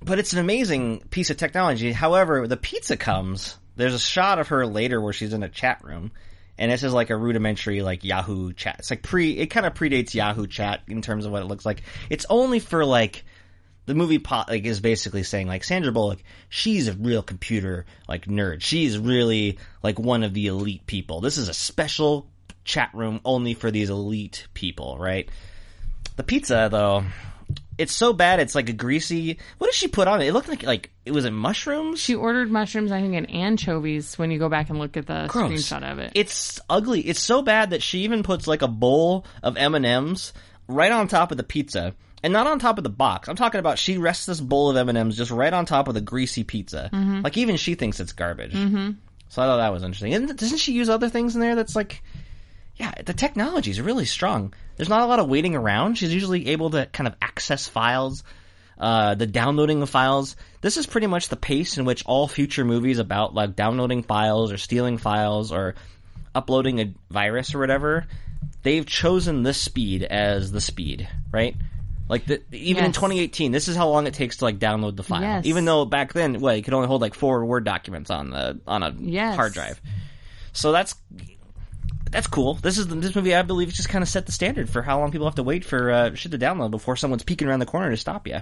but it's an amazing piece of technology. However, the pizza comes. There's a shot of her later where she's in a chat room, and this is like a rudimentary like Yahoo chat. It's like pre. It kind of predates Yahoo chat in terms of what it looks like. It's only for like the movie po- like is basically saying like Sandra Bullock, she's a real computer like nerd. She's really like one of the elite people. This is a special chat room only for these elite people, right? The pizza though, it's so bad. It's like a greasy. What did she put on it? It looked like like it was in mushrooms.
She ordered mushrooms, I think, and anchovies when you go back and look at the screenshot of it.
It's ugly. It's so bad that she even puts like a bowl of M and M's right on top of the pizza, and not on top of the box. I'm talking about she rests this bowl of M and M's just right on top of the greasy pizza. Like even she thinks it's garbage. Mm-hmm. So I thought that was interesting. And doesn't she use other things in there? That's like. Yeah, the technology is really strong. There's not a lot of waiting around. She's usually able to kind of access files, uh, the downloading of files. This is pretty much the pace in which all future movies about like downloading files or stealing files or uploading a virus or whatever, they've chosen this speed as the speed, right? Like the, even in
Yes.
2018, this is how long it takes to like download the file.
Yes.
Even though back then, well, you could only hold like four Word documents on the on a
Yes.
hard drive. So that's that's cool. This is this movie. I believe just kind of set the standard for how long people have to wait for uh, shit to download before someone's peeking around the corner to stop you.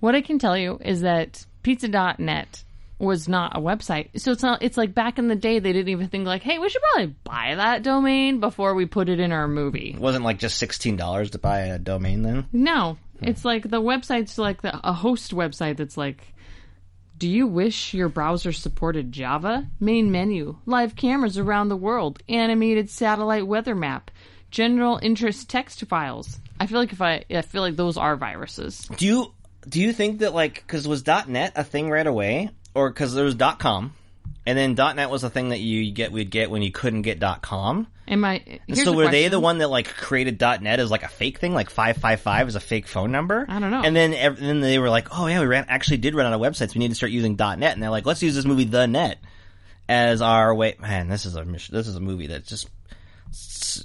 What I can tell you is that pizza.net was not a website. So it's not it's like back in the day they didn't even think like, "Hey, we should probably buy that domain before we put it in our movie."
It wasn't like just sixteen dollars to buy a domain then.
No. It's like the website's like the, a host website that's like do you wish your browser supported Java? Main menu, live cameras around the world, animated satellite weather map, general interest text files. I feel like if I, I feel like those are viruses.
Do you do you think that like because was .net a thing right away or because there was .com and then .net was a thing that you get would get when you couldn't get .com.
Am I? Here's
so
a
were they
question.
the one that like created .net as like a fake thing, like five five five is a fake phone number?
I don't know.
And then ev- then they were like, oh yeah, we ran actually did run out of websites. We need to start using .net, and they're like, let's use this movie The Net as our way. Man, this is a mis- this is a movie that's just it's,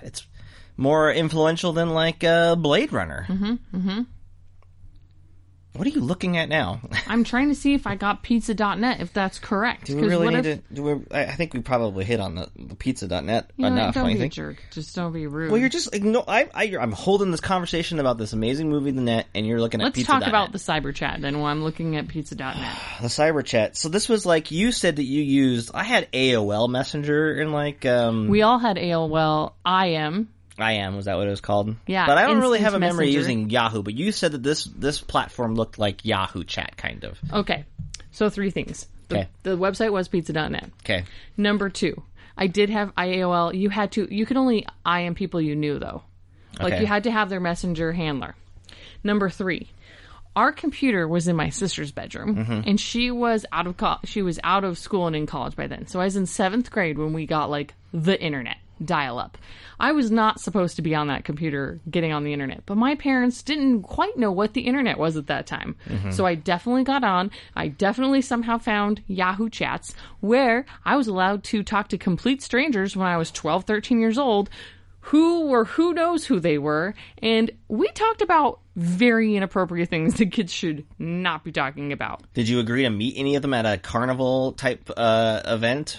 it's more influential than like uh, Blade Runner. Mm-hmm. Mm-hmm. What are you looking at now?
I'm trying to see if I got pizza.net if that's correct.
do we
'Cause
really
what
need
if-
to? Do we, I I think we probably hit on the, the pizza.net
You know,
enough.
don't
I
be a
think.
jerk. Just don't be rude.
Well, you're just ignore. I, I, I'm holding this conversation about this amazing movie, The Net, and you're looking at
Let's
pizza.
talk about the cyber chat then while I'm looking at pizza.net.
the cyber chat. So this was like you said that you used. I had AOL Messenger and like um,
we all had AOL. I am.
I am was that what it was called?
Yeah,
but I don't really
instant
have a memory
messenger.
using Yahoo. But you said that this this platform looked like Yahoo Chat, kind of.
Okay. So three things. The,
Okay.
the website was pizza.net.
Okay,
Number two, I did have IAOL. You had to, you could only IM people you knew though. Like
Okay.
you had to have their messenger handler. Number three, our computer was in my sister's bedroom, and she was out of co- she was out of school and in college by then. So I was in seventh grade when we got like the internet dial up. I was not supposed to be on that computer getting on the internet, but my parents didn't quite know what the internet was at that time. So I definitely got on. I definitely somehow found Yahoo chats where I was allowed to talk to complete strangers when I was 12, 13 years old who were who knows who they were and we talked about very inappropriate things that kids should not be talking about
did you agree to meet any of them at a carnival type uh, event?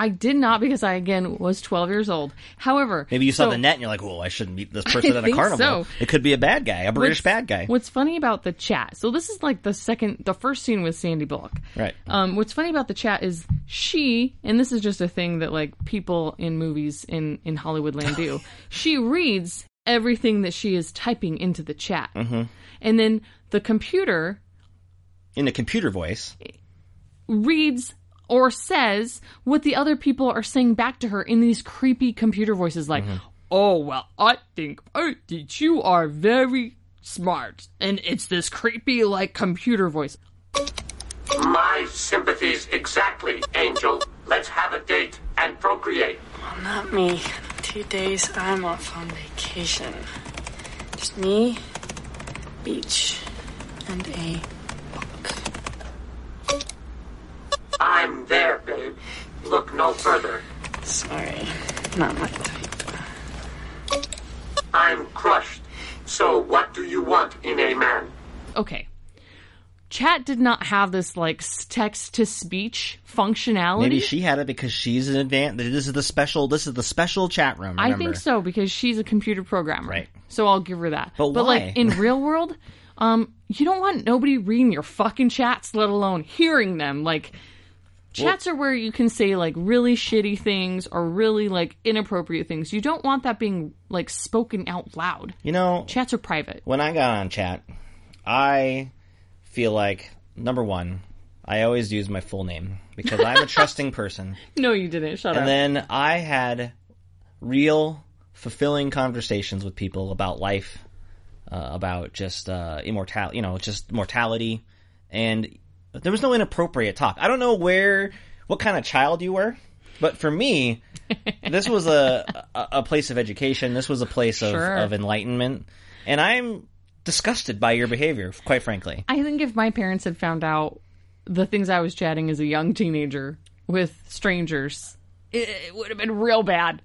i did not because i again was 12 years old however
Maybe you saw
so
the net and you're like, "Well, I shouldn't meet this person at a
think
carnival.
so.
It could be a bad guy, a British
what's-
bad guy."
what's funny about the chat so this is like the second the first scene with sandy bullock
Right.
um, what's funny about the chat is she and this is just a thing that like people in movies in in hollywood land do she reads everything that she is typing into the chat
Mm-hmm.
and then the computer
In a computer voice,
reads or says what the other people are saying back to her in these creepy computer voices like oh well i think i think you are very smart and it's this creepy like computer voice
My sympathies exactly, Angel. Let's have a date and procreate.
Not me. Two days I'm off on vacation. Just me, beach, and a book.
I'm there, babe. Look no further.
Sorry, not my type.
I'm crushed. So what do you want in a man?
Okay. Chat did not have this like text to speech functionality.
Maybe she had it because she's an advanced. This is the special. This is the special chat room.
I
remember?
think so because she's a computer programmer.
Right.
So I'll give her that.
But why?
like in real world, um, you don't want nobody reading your fucking chats, let alone hearing them. Like chats are where you can say like really shitty things or really like inappropriate things. You don't want that being like spoken out loud.
You know,
Chats are private.
when I got on chat, I feel like number one, I always use my full name because I'm a trusting person.
No, you didn't. Shut up.
And then I had real, fulfilling conversations with people about life, uh, about just uh, immortality, you know, just mortality. And there was no inappropriate talk. I don't know where, what kind of child you were, but for me, this was a, a, a place of education. This was a place of,
Sure.
of enlightenment. And I'm disgusted by your behavior, quite frankly.
I think if my parents had found out the things I was chatting as a young teenager with strangers, it, it would have been real bad.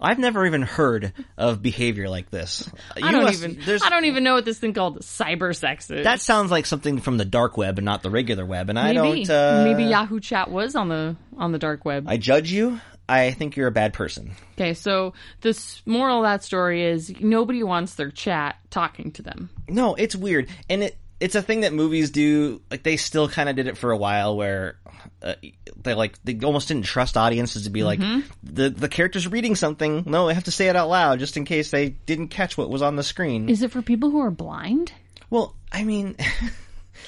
I've never even heard of behavior like this.
I don't even. I don't even know what this thing called cyber sex is.
That sounds like something from the dark web and not the regular web. And I
maybe
don't. Uh,
maybe Yahoo chat was on the on the dark web.
I judge you. I think you're a bad person.
okay, so the moral of that story is nobody wants their chat talking to them.
No, it's weird, and it it's a thing that movies do. Like they still kind of did it for a while, where uh, they like they almost didn't trust audiences to be
Mm-hmm.
like the the character's reading something. No, I have to say it out loud just in case they didn't catch what was on the screen.
Is it for people who are blind?
well, I mean.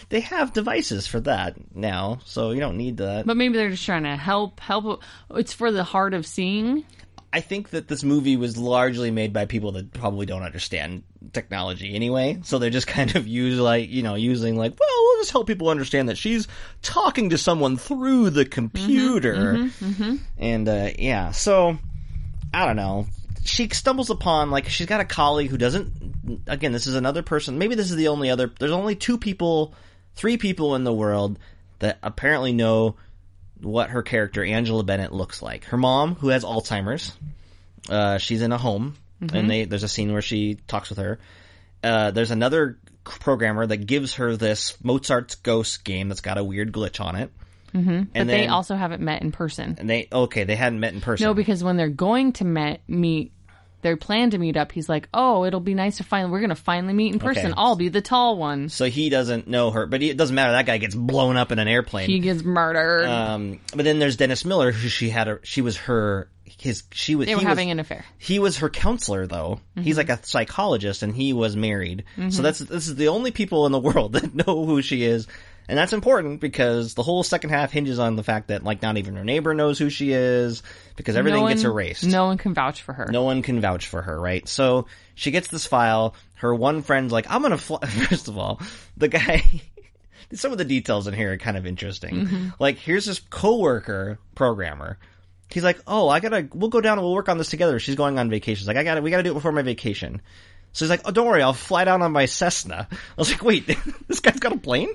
They have devices for that now, so you don't need that.
But maybe they're just trying to help. Help. It's for the hard of seeing.
I think that this movie was largely made by people that probably don't understand technology anyway, so they're just kind of use like you know using like well we'll just help people understand that she's talking to someone through the computer, and uh, yeah, so I don't know. She stumbles upon like she's got a colleague who doesn't. Again, this is another person. Maybe this is the only other. There's only two people, three people in the world that apparently know what her character Angela Bennett looks like. Her mom, who has Alzheimer's, uh, she's in a home,
Mm-hmm.
and they there's a scene where she talks with her. Uh, there's another c- programmer that gives her this Mozart's Ghost game that's got a weird glitch on it. Mm-hmm. And
But they also haven't met in person.
and they okay they hadn't met in person.
No, because when they're going to met, meet, they plan to meet up. He's like, "Oh, it'll be nice to finally. We're gonna finally meet in person.
Okay.
I'll be the tall one.
so he doesn't know her, but he, it doesn't matter. That guy gets blown up in an airplane.
He gets murdered.
um, but then there's Dennis Miller, who she had a she was her his she was
they were
he
having
was,
an affair. Mm-hmm.
He was her counselor, though. He's like a psychologist, and he was married. So that's this is the only people in the world that know who she is, and that's important because the whole second half hinges on the fact that like not even her neighbor knows who she is because everything
no one,
gets erased.
No one can vouch for her.
No one can vouch for her, right? So she gets this file. Her one friend's like, "I'm gonna fly." First of all, the guy. some of the details in here are kind of interesting. Like, here's this coworker programmer. He's like, "Oh, I gotta. We'll go down and we'll work on this together." She's going on vacation. She's like, "I gotta. We gotta do it before my vacation." So he's like, "Oh, don't worry. I'll fly down on my Cessna." I was like, "Wait, this guy's got a plane?"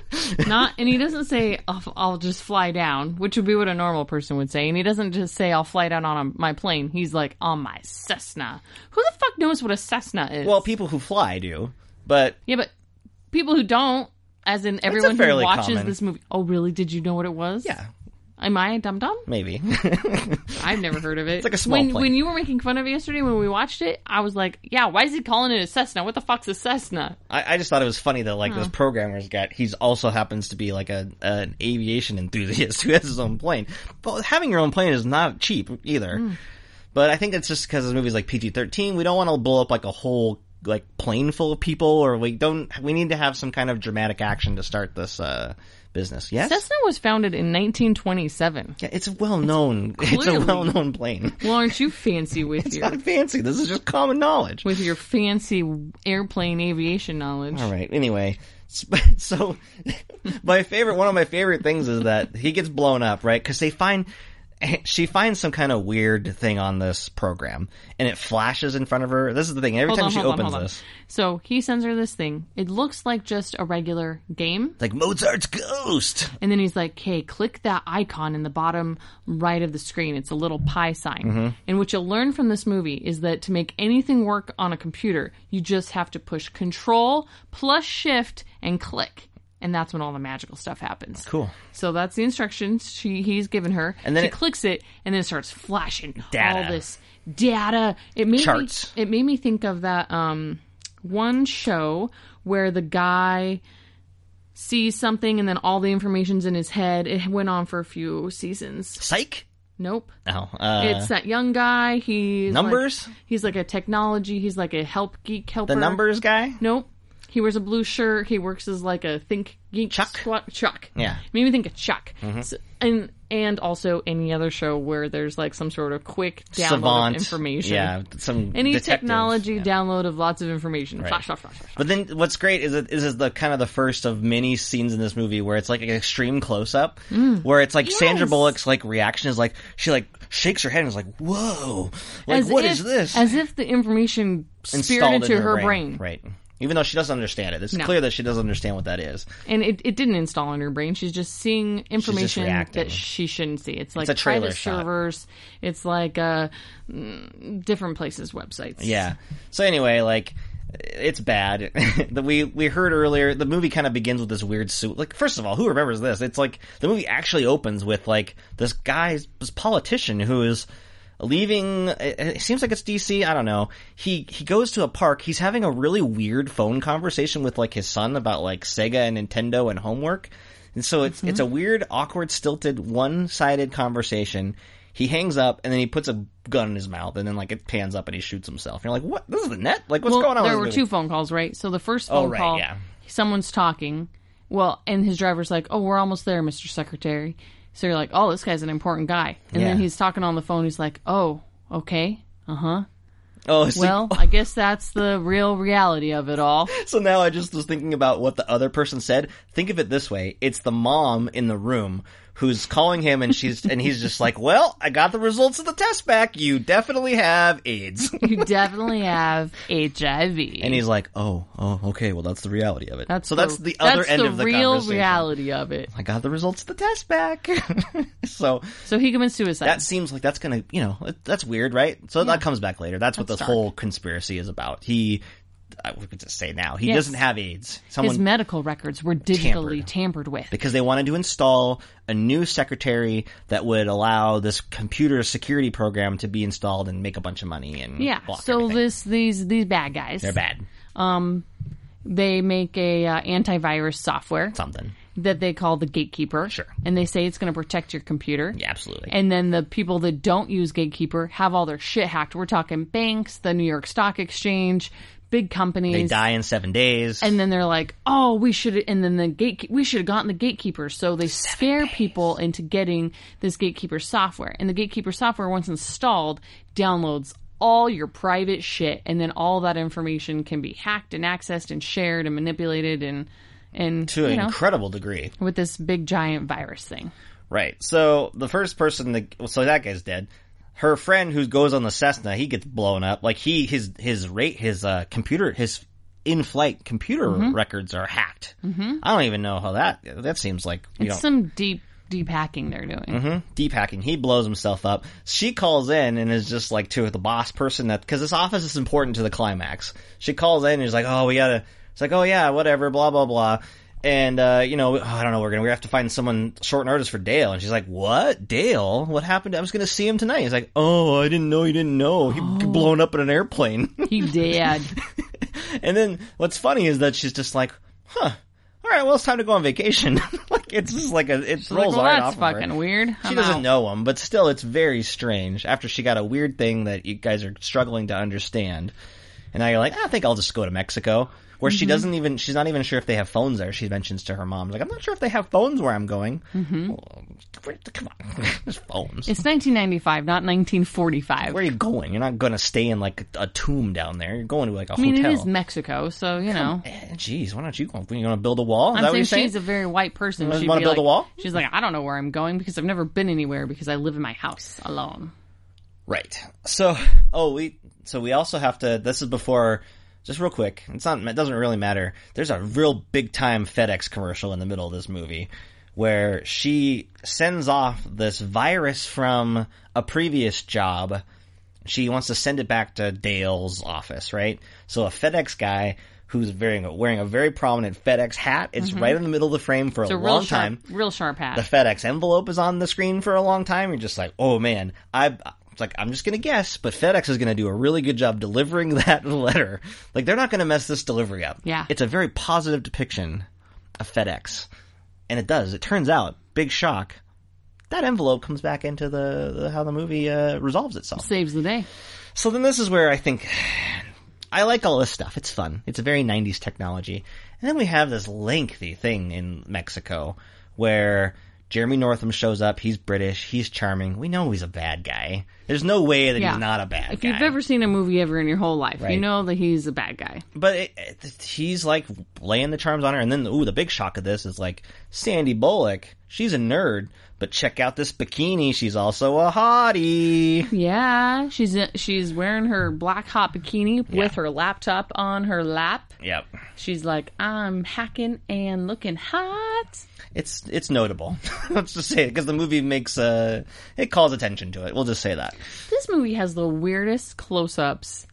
Not, and he doesn't say, I'll, "I'll just fly down," which would be what a normal person would say. And he doesn't just say, "I'll fly down on a, my plane." He's like, "On my Cessna." Who the fuck knows what a Cessna is?
well, people who fly do, but
yeah, but people who don't, as in everyone who
fairly
watches
common.
this movie. Oh, really? Did you know what it was?
yeah,
Am I a dum dum?
maybe.
I've never heard of it. It's
like a small
when,
plane.
When you were making fun of it yesterday when we watched it, I was like, "Yeah, why is he calling it a Cessna? What the fuck's a Cessna?"
I, I just thought it was funny that like this
Hmm.
programmer's got he's also happens to be like a an aviation enthusiast who has his own plane. But having your own plane is not cheap either.
Hmm.
But I think it's just because this movie's like PG thirteen. We don't want to blow up like a whole like plane full of people, or we don't. We need to have some kind of dramatic action to start this uh, business. Yes,
Cessna was founded in 1927.
yeah, it's a well known. It's a
clearly-
well known plane.
Well, aren't you fancy with
It's
your
not fancy. This is just common knowledge.
with your fancy airplane aviation knowledge?
All right. Anyway, s- so my favorite, one of my favorite things is that he gets blown up, right? Because they find she finds some kind of weird thing on this program, and it flashes in front of her. This is the thing. Every
Hold
time
on,
she
hold on,
opens
hold on.
this,
So he sends her this thing. It looks like just a regular game.
like Mozart's ghost.
And then he's like, okay, click that icon in the bottom right of the screen. It's a little pie sign.
Mm-hmm.
And what you'll learn from this movie is that to make anything work on a computer, you just have to push control plus shift and click. And that's when all the magical stuff happens.
Cool.
So that's the instructions she he's given her.
And then
she
it-
clicks it, and then it starts flashing
Data.
all this data. It made
Charts.
Me, it made me think of that um, one show where the guy sees something, and then all the information's in his head. It went on for a few seasons.
Psych.
Nope.
Oh, uh,
It's that young guy. He's like-
Numbers?
he's like a technology. He's like a help geek helper.
the numbers guy.
Nope. He wears a blue shirt. He works as like a think geek
Chuck?
squad- Chuck.
Yeah. Mm-hmm.
Made me think of Chuck. So- and and also any other show where there's like some sort of quick download
Savant
of information.
Yeah, some
Any
detective.
technology download of lots of information. Flash, flash, flash, flash.
But then what's great is it is is the kind of the first of many scenes in this movie where it's like an extreme close up
Mm.
where it's like Sandra Bullock's like reaction is like she like shakes her head and is like, Whoa like
as
what
if,
is this?
As if the information
Installed
speared into
in
her, brain.
Right. Even though she doesn't understand it. It's
No.
clear that she doesn't understand what that is.
And it, it didn't install in her brain. She's just seeing information
reacting.
that she shouldn't see. It's like
a trailer
private
shot.
servers. It's like uh, mm, different places websites.
Yeah. So anyway, like it's bad. The- we we heard earlier the movie kind of begins with this weird suit. Like first of all, who remembers this? It's like the movie actually opens with like this guy, this politician who is leaving. It it seems like it's DC. I don't know. He he goes to a park. He's having a really weird phone conversation with like his son about like Sega and Nintendo and homework. And so it's it's a
Mm-hmm.
weird, awkward, stilted, one sided conversation. He hangs up and then he puts a gun in his mouth and then like it pans up and he shoots himself. And you're like, what? This is the net? Like what's
well,
going on?
There
with
were
this
two
movie? Oh,
phone calls, right? So the first phone
right,
call,
yeah.
someone's talking. Well, and his driver's like, "Oh, we're almost there, Mister Secretary." So you're like, "Oh, this guy's an important guy." And then
Yeah.
he's talking on the phone. He's like, "Oh, okay, uh huh.
Oh, so,
Well, I guess that's the real reality of it all."
so now I just was thinking about what the other person said. Think of it this way: it's the mom in the room who's calling him, and she's and he's just like, "Well, I got the results of the test back. You definitely have AIDS."
You definitely have HIV.
And he's like, "Oh, oh, okay. Well, that's the reality of it."
that's
so that's the other end of the
real
conversation.
reality of it.
I got the results of the test back. so
So he commits suicide.
that seems like that's gonna, you know, it- that's weird, right? So that comes back later. That's, what this
That's dark.
whole conspiracy is about. He, I we could just say now, he
Yes.
doesn't have AIDS.
his
Someone
medical records were digitally tampered, with.
because they wanted to install a new secretary that would allow this computer security program to be installed and make a bunch of money and
yeah.
block
So
everything.
this uh, these these bad guys.
they're bad
Um, they make a uh, antivirus software
something.
that they call the gatekeeper
Sure.
and they say it's going to protect your computer
Yeah, absolutely.
and then the people that don't use gatekeeper have all their shit hacked we're talking banks the new york stock exchange big companies
they die in seven days.
and then they're like oh we should and then the gate we should have gotten the gatekeeper so they scare people into getting this gatekeeper software and the gatekeeper software once installed downloads all your private shit and then all that information can be hacked and accessed and shared and manipulated and and
to an
you know
incredible degree.
with this big giant virus thing
Right. So the first person that so that guy's dead. Her friend who goes on the Cessna, he gets blown up. Like he his his rate his uh computer his in flight computer records are hacked. Mm-hmm. I don't even know how that that seems like you
it's
don't Mm-hmm.
some deep deep hacking they're doing
deep hacking. He blows himself up. She calls in and is just like to the boss person that because this office is important to the climax. She calls in and is like, "Oh, we gotta." It's like, "Oh yeah, whatever." Blah blah blah. And uh, you know, oh, I don't know. We're gonna we have to find someone short and artist for Dale. And she's like, "What, Dale? What happened? I was gonna see him tonight." He's like, "Oh, I didn't know. You didn't know.
Oh.
He blown up in an airplane."
he did
and then what's funny is that she's just like, "Huh." All right, well, it's time to go on vacation. like it's just like a it
like,
rolls
well,
right
that's
off. of her.
fucking weird
She
I'm
doesn't
out.
know him, but still, it's very strange. After she got a weird thing that you guys are struggling to understand, And now you're like, I think I'll just go to Mexico, where
Mm-hmm.
she doesn't even, she's not even sure if they have phones there. She mentions to her mom, like, I'm not sure if they have phones where I'm going.
Mm-hmm.
Well, where- come on, there's phones.
It's 1995, not 1945.
where are you going? You're not going to stay in like a, a tomb down there. You're going to like a
I mean,
hotel.
it is Mexico, so you know.
Eh, Jeez, why don't you go? You're going to build a wall? Is
I'm
that what
saying
you're
she's
saying?
a very white person.
You
She'd
wanna
be
build a
like-
wall?
She's like, I don't know where I'm going because I've never been anywhere because I live in my house alone.
Right. So, oh, we so we also have to. This is before. Just real quick. It's not. It doesn't really matter. There's a real big time FedEx commercial in the middle of this movie where she sends off this virus from a previous job. She wants to send it back to Dale's office, right? So a FedEx guy who's wearing a, wearing a very prominent FedEx hat. It's right in the middle of the frame for
Mm-hmm. It's
a,
a
long
real sharp,
time
real sharp hat.
the FedEx envelope is on the screen for a long time. You're just like, oh man, I. It's like I'm just gonna guess, but FedEx is gonna do a really good job delivering that letter. Like they're not gonna mess this delivery up.
Yeah.
it's a very positive depiction of FedEx, and it does. It turns out, big shock, that envelope comes back into the, the how the movie uh, resolves itself.
Saves the day.
So then this is where I think I like all this stuff. It's fun. It's a very 90s technology. And then we have this lengthy thing in Mexico where Jeremy Northam shows up. He's British. He's charming. We know he's a bad guy. There's no way that
Yeah.
he's not a bad
If
guy.
you've ever seen a movie ever in your whole life,
Right.
you know that he's a bad guy.
but it, it- he's like laying the charms on her. And then, ooh, the big shock of this is like Sandy Bullock. She's a nerd, but check out this bikini. She's also a hottie.
Yeah, she's she's wearing her black hot bikini with her laptop on her lap.
Yep.
She's like, I'm hacking and looking hot.
it's it's notable. Let's just say it because the movie makes uh it calls attention to it. We'll just say that.
This movie has the weirdest close-ups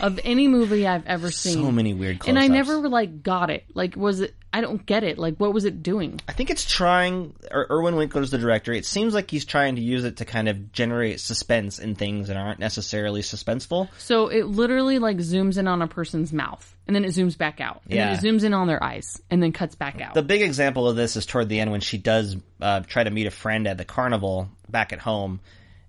of any movie I've ever seen.
So many weird close
Mm. and I never like got it. Like, was it? I don't get it. Like, what was it doing?
I think it's trying. Or Erwin Winkler is the director. It seems like he's trying to use it to kind of generate suspense in things that aren't necessarily suspenseful.
So it literally like zooms in on a person's mouth, and then it zooms back out, and
Yeah.
then it zooms in on their eyes, and then cuts back out.
The big example of this is toward the end when she does uh, try to meet a friend at the carnival back at home,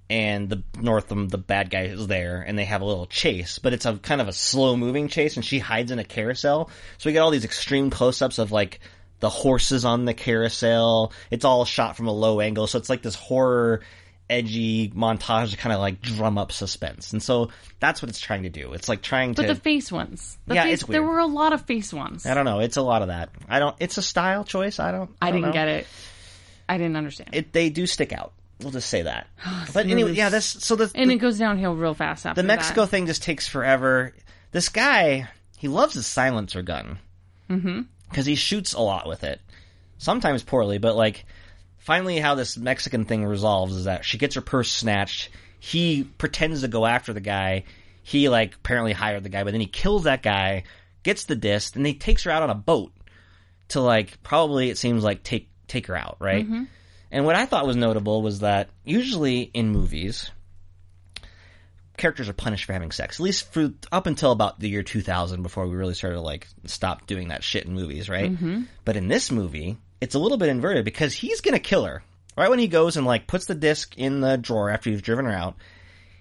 and the Northam, the bad guy, is there, and they have a little chase, but it's a kind of a slow moving chase, and she hides in a carousel. So we get all these extreme close ups of like the horses on the carousel. It's all shot from a low angle, so it's like this horror. Edgy montage to kind of like drum up suspense, and so that's what it's trying to do. It's like trying
but
to
the face ones, the
Yeah,
face,
it's
there
weird.
were a lot of face ones.
I don't know. It's a lot of that. I don't. It's a style choice. I don't.
I
don't
didn't
know.
get it. I didn't understand.
it they do stick out. We'll just say that. but anyway, yeah, this so the
and
the,
it goes downhill real fast after
the Mexico
That.
thing just takes forever. This guy, he loves his silencer gun. Because mm-hmm. he shoots a lot with it. Sometimes poorly, but like, finally, how this Mexican thing resolves is that she gets her purse snatched. He pretends to go after the guy. He, like, apparently hired the guy, but then he kills that guy, gets the disc, and he takes her out on a boat to, like, probably, it seems like, take, take her out, right?
Mm-hmm.
And what I thought was notable was that usually in movies, characters are punished for having sex, at least for up until about the year 2000 before we really started to like stop doing that shit in movies, right? Mm-hmm. But in this movie, it's a little bit inverted because he's gonna kill her right when he goes and like puts the disc in the drawer after he's driven her out.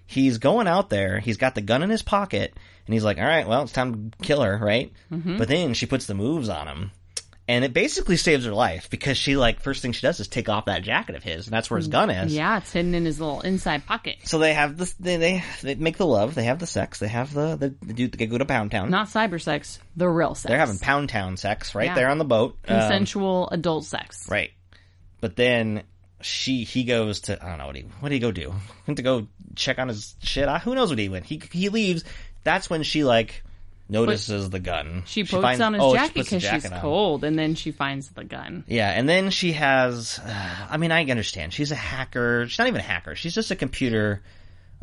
He's going out there. He's got the gun in his pocket, and he's like, "All right, well, it's time to kill her, right?" But then she puts the moves on him, and it basically saves her life because she like first thing she does is take off that jacket of his, and that's where his gun is.
Yeah, it's hidden in his little inside pocket.
So they have this. They, they they make the love. They have the sex. They have the the, the dude. They go to Pound Town.
Not cyber sex, the real sex.
They're having um, Pound Town sex right
Yeah.
there on the boat. Um,
consensual adult sex.
right. But then she he goes to I don't know what he what did he go do? Went to go check on his shit. I, who knows what he went? He he leaves. That's when she like notices the gun.
She puts
finds-
on his
oh, she
jacket
puts the
because she's
jacket on.
cold, and then she finds the gun.
Yeah, and then she has. Uh, I mean, I understand. She's a hacker. She's not even a hacker. She's just a computer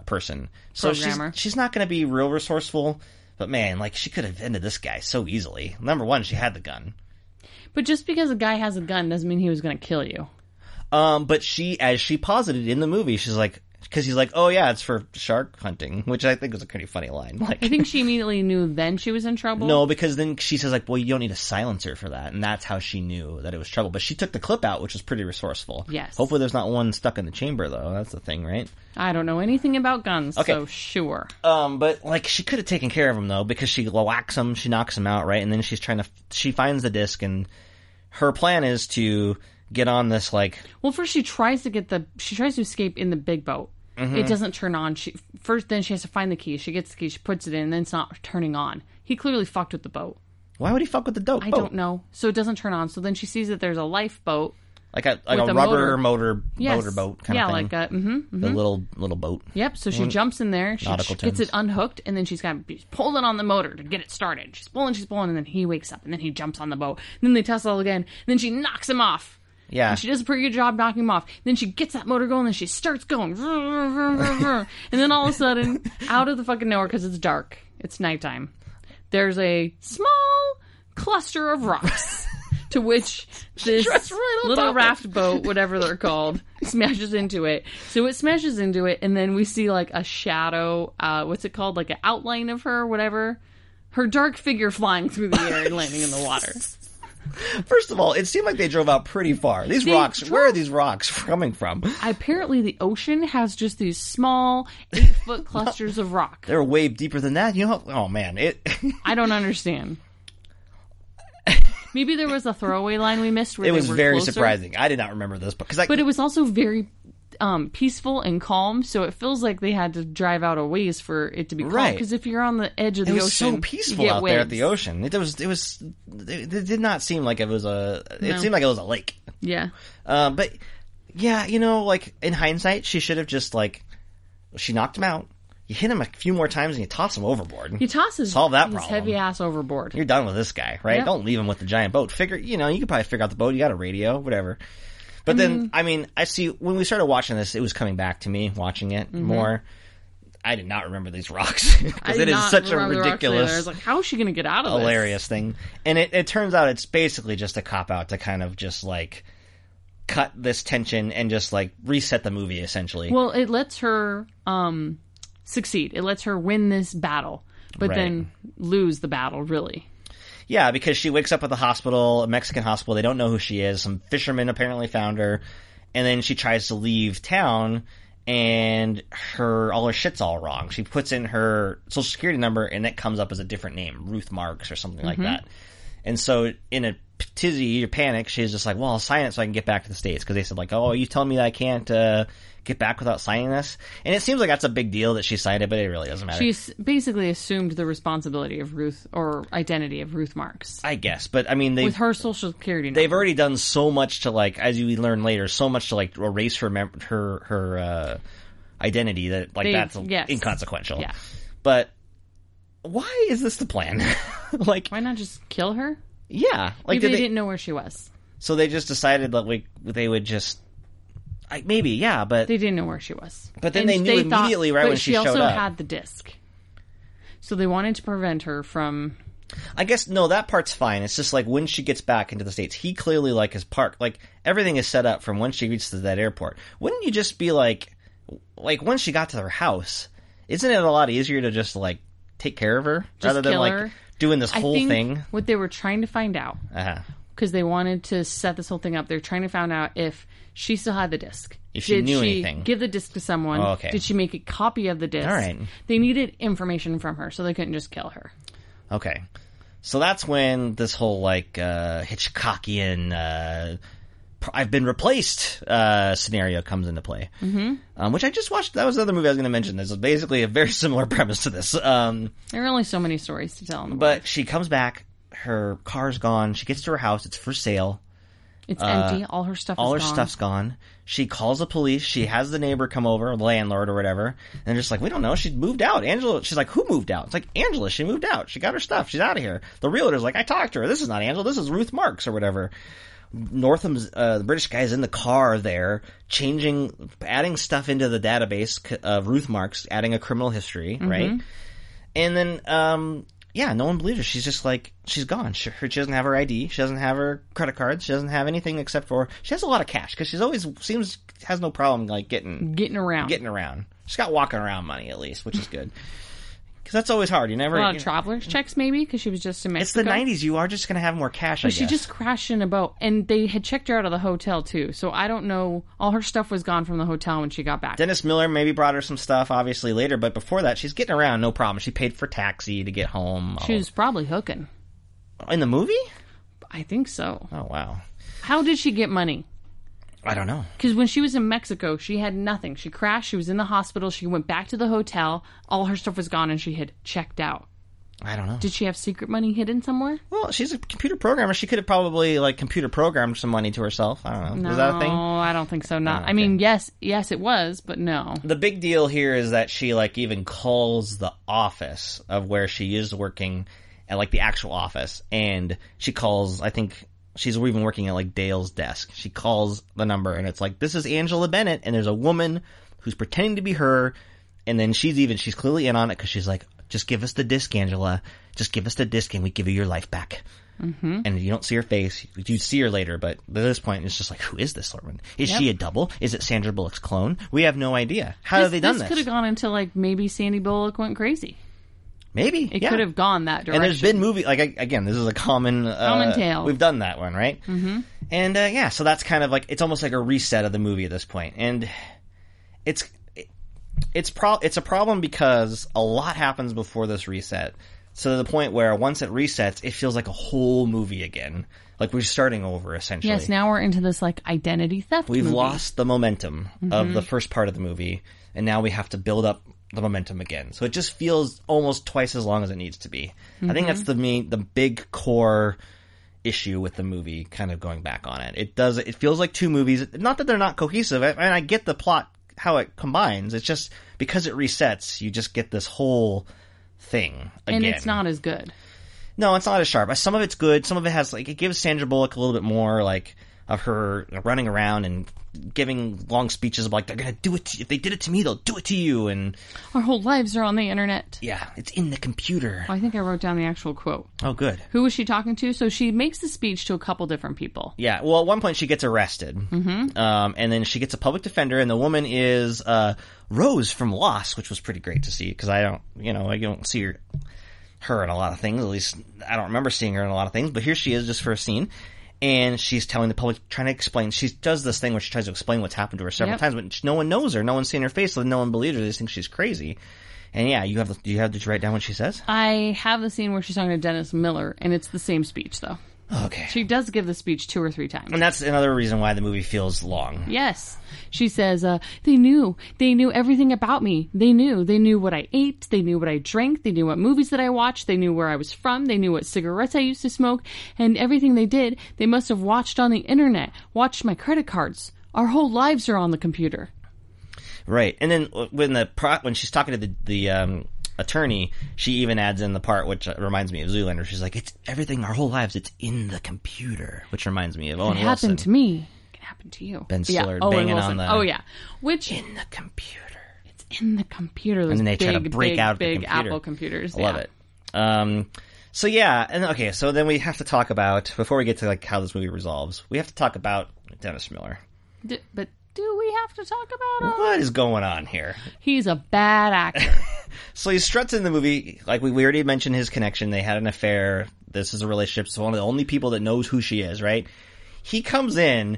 person. So she's,
Programmer.
she's not going to be real resourceful. But man, like she could have ended this guy so easily. Number one, she had the gun.
But just because a guy has a gun doesn't mean he was going to kill you.
Um, but she, as she posited in the movie, she's like, because he's like, "Oh yeah, it's for shark hunting," which I think was a pretty funny line. Like,
I think she immediately knew then she was in trouble.
no, because then she says like, "Well, you don't need a silencer for that," and that's how she knew that it was trouble. But she took the clip out, which was pretty resourceful.
Yes.
Hopefully, there's not one stuck in the chamber though. That's the thing, right?
I don't know anything about guns,
Okay.
so sure.
Um, but like she could have taken care of him though, because she whacks him, she knocks him out, right? And then she's trying to, she finds the disc, and her plan is to get on this like
Well, first she tries to get the she tries to escape in the big boat.
Mm-hmm.
It doesn't turn on. She first then she has to find the key. She gets the key. She puts it in. and Then it's not turning on. He clearly fucked with the boat.
Why would he fuck with the dope?
I
boat?
don't know. So it doesn't turn on. So then she sees that there's a lifeboat.
Like a like
With
a
a
rubber
motor.
motor
Yes.
motor boat kind
yeah,
of thing.
like a mm-hmm.
the little little boat.
Yep. So she jumps in there. She
Nautical
sh- gets it
terms.
unhooked, and then she's got she's pulling on the motor to get it started. She's pulling, she's pulling, and then he wakes up, and then he jumps on the boat. And then they tussle again. And then she knocks him off.
Yeah.
And she does a pretty good job knocking him off. Then she gets that motor going, and she starts going, vroom, vroom, vroom, vroom, vroom. and then all of a sudden, out of the fucking nowhere, because it's dark, it's nighttime. There's a small cluster of rocks. To which this
Just right on top
little
of-
raft boat, whatever they're called, smashes into it. So it smashes into it, and then we see like a shadow. Uh, what's it called? Like an outline of her, whatever. Her dark figure flying through the air and landing in the water.
First of all, it seemed like they drove out pretty far. These
They
rocks,
drove-
where are these rocks coming from?
Apparently, the ocean has just these small eight foot clusters of rock.
They're way deeper than that. You know, oh man, it
I don't understand. Maybe there was a throwaway line we missed. Where
it
they
was
were
very
closer.
surprising. I did not remember this because I
but it was also very um, peaceful and calm. So it feels like they had to drive out a ways for it to be calm.
Right.
Because if you're on the edge of
it
the
was
ocean,
so peaceful
you get
out there at the
waves.
ocean. It was it was it, it did not seem like it was a. It
No.
seemed like it was a lake.
Yeah,
Uh, but yeah, you know, like in hindsight, she should have just like she knocked him out. You hit him a few more times and you toss him overboard.
he tosses
solve that
his
problem.
heavy ass overboard.
You're done with this guy, right?
Yep.
Don't leave him with the giant boat. Figure, you know, you could probably figure out the boat. You got a radio, whatever. But then,
Mm-hmm.
I mean, I see when we started watching this, it was coming back to me watching it more. I did not remember these rocks
Mm-hmm. I
because
did
it is
not
such a
remember the rocks either. I was
ridiculous,
like, how is she going to get out of this?
hilarious thing. And it, it turns out it's basically just a cop out to kind of just like cut this tension and just like reset the movie essentially.
Well, it lets her um, succeed. It lets her win this battle, but
Right.
then lose the battle. Really,
Yeah, because she wakes up at the hospital, a Mexican hospital. They don't know who she is. Some fishermen apparently found her, and then she tries to leave town, and her all her shit's all wrong. She puts in her social security number, and that comes up as a different name, Ruth Marks or something like that. And so, in a p- tizzy or panic, she's just like, "Well, I'll sign it so I can get back to the states." Because they said like, "Oh, you telling me that I can't uh, get back without signing this?" And it seems like that's a big deal that she signed it, but it really doesn't matter.
she s- basically assumed the responsibility of Ruth or identity of Ruth Marks
I guess, but I mean, they
with her social security number.
they've already done so much to like as you learn later so much to like erase her mem- her her uh identity that like
They've-
that's
yes.
inconsequential
Yeah.
but why is this the plan like
Why not just kill her?
yeah like
Maybe
did
they,
they-
didn't know where she was.
so they just decided that like they would just like maybe yeah but
They didn't know where she was.
But then they knew immediately right
but
when she
also
showed up.
had the disc. So they wanted to prevent her from.
I guess no, that part's fine. It's just like when she gets back into the states, he clearly like is parked. Like everything is set up from when she reaches that airport. Wouldn't you just be like, like once she got to her house, isn't it a lot easier to just like take care of her rather than
kill
like
her?
doing this
I
whole
think
thing?
what they were trying to find out
Uh-huh.
because they wanted to set this whole thing up. They're trying to find out if she still had the disc.
If she
Did
knew anything.
give the disc to someone?
Oh, okay.
Did she make a copy of the disc?
All right.
They needed information from her, so they couldn't just kill her.
Okay, so that's when this whole like uh, Hitchcockian. Uh, pr- I've been replaced. Uh, scenario comes into play, mm-hmm. um, which I just watched. That was another movie I was going to mention. There's basically a very similar premise to this. Um,
There are only so many stories to tell in the world.
But she comes back. Her car's gone. She gets to her house. It's for sale.
It's empty. All her stuff.
Uh, All her
is gone.
stuff's gone. She calls the police. She has the neighbor come over, the landlord or whatever. And they're just like, we don't know. She moved out. Angela. She's like, who moved out? It's like Angela. She moved out. She got her stuff. She's out of here. The realtor's like, I talked to her. This is not Angela. This is Ruth Marks or whatever. Northam's uh, the British guy's in the car there, changing, adding stuff into the database c- of Ruth Marks, adding a criminal history, right? And then um, yeah, no one believes her. She's just like she's gone. She, her- she doesn't have her ID. She doesn't have her credit cards. She doesn't have anything except for she has a lot of cash because she's always seems has no problem like getting
Getting around.
getting around. She's got walking around money at least, which is good because that's always hard. You never.
a lot
you-
of travelers checks maybe because she was just in Mexico.
it's the '90s. You are just gonna have more cash. I
But she
guess.
just crashed in a boat, and they had checked her out of the hotel too. So I don't know. All her stuff was gone from the hotel when she got back.
Dennis Miller maybe brought her some stuff, obviously later, but before that, she's getting around, no problem. She paid for taxi to get home.
she was probably hooking.
in the movie.
I think so.
Oh wow,
How did she get money?
I don't know.
Because when she was in Mexico, she had nothing. She crashed. She was in the hospital. She went back to the hotel. All her stuff was gone, and she had checked out.
I don't know.
Did she have secret money hidden somewhere?
Well, she's a computer programmer. She could have probably like computer programmed some money to herself. I don't know. Is that a thing?
No, I don't think so. Not. I mean, yes, yes, it was, but no.
The big deal here is that she like even calls the office of where she is working at like the actual office and she calls I think she's even working at like Dale's desk. She calls the number and it's like this is Angela Bennett and there's a woman who's pretending to be her and then she's even she's clearly in on it cuz she's like just give us the disc Angela. Just give us the disc and we give you your life back. and you don't see her face. You see her later, but at this point, it's just like, who is this woman? Is she a double? Is it Sandra Bullock's clone? We have no idea. How have they done
This could
this?
have gone into like maybe Sandy Bullock went crazy.
Maybe
It
yeah.
could have gone that
And
direction.
there's been movie like I- again, this is a common uh,
Common tale.
We've done that one, right? Mm-hmm. And uh, yeah, so that's kind of like it's almost like a reset of the movie at this point, and it's it's pro it's a problem because a lot happens before this reset. So to the point where once it resets, it feels like a whole movie again. Like we're starting over essentially.
yes, now we're into this like identity theft.
We've
movie. Mm-hmm.
lost the momentum of the first part of the movie, and now we have to build up the momentum again. So it just feels almost twice as long as it needs to be. I think
Mm-hmm.
that's the main, the big core issue with the movie. Kind of going back on it, it does. It feels like two movies. Not that they're not cohesive, I- and I get the plot how it combines. It's just because it resets, you just get this whole thing again.
and it's not as good.
No, it's not as sharp. Uh, Some of it's good. Some of it has like it gives Sandra Bullock a little bit more like of her running around and giving long speeches of like they're gonna do it. To you. If they did it to me, they'll do it to you. And
Our whole lives are on the internet.
yeah, it's in the computer.
I think I wrote down the actual quote.
Oh, good.
Who was she talking to? So she makes the speech to a couple different people.
Yeah. Well, at one point she gets arrested, mm-hmm. um, and then she gets a public defender, and the woman is uh, Rose from Lost, which was pretty great to see because I don't, you know, I don't see her, her in a lot of things. At least I don't remember seeing her in a lot of things. But here she is just for a scene, and she's telling the public, trying to explain. She does this thing where she tries to explain what's happened to her several
Yep.
times, but no one knows her, no one's seen her face, so no one believes her. They just think she's crazy. And yeah, you have the, you have did you write down what she says?
I have the scene where she's talking to Dennis Miller, and it's the same speech though.
okay.
Uh, She does give the speech two or three times.
and that's another reason why the movie feels long.
Yes. She says, uh, they knew. They knew everything about me. They knew. They knew what I ate. They knew what I drank. They knew what movies that I watched. They knew where I was from. They knew what cigarettes I used to smoke. And everything they did, they must have watched on the internet, watched my credit cards. Our whole lives are on the computer.
Right, and then uh, when the pro- when she's talking to the the um, attorney, she even adds in the part which uh, reminds me of Zoolander. She's like, "It's everything, our whole lives. It's in the computer," which reminds me of Owen
It
Wilson.
happened to me. It can happen to you.
Ben Stiller
Owen
banging on
Wilson.
the-
Oh, yeah. Which
in the computer.
in the computer. Those
and then they
big,
try to break
big,
out
big
the computer.
Apple computers.
I love
yeah.
it. Um, so yeah, and okay, so then we have to talk about before we get to like how this movie resolves. We have to talk about Dennis Miller.
D- but do we have to talk about him?
What is going on here?
He's a bad actor.
So he struts in the movie, like we, we already mentioned his connection. They had an affair. This is a relationship. So one of the only people that knows who she is, right? He comes in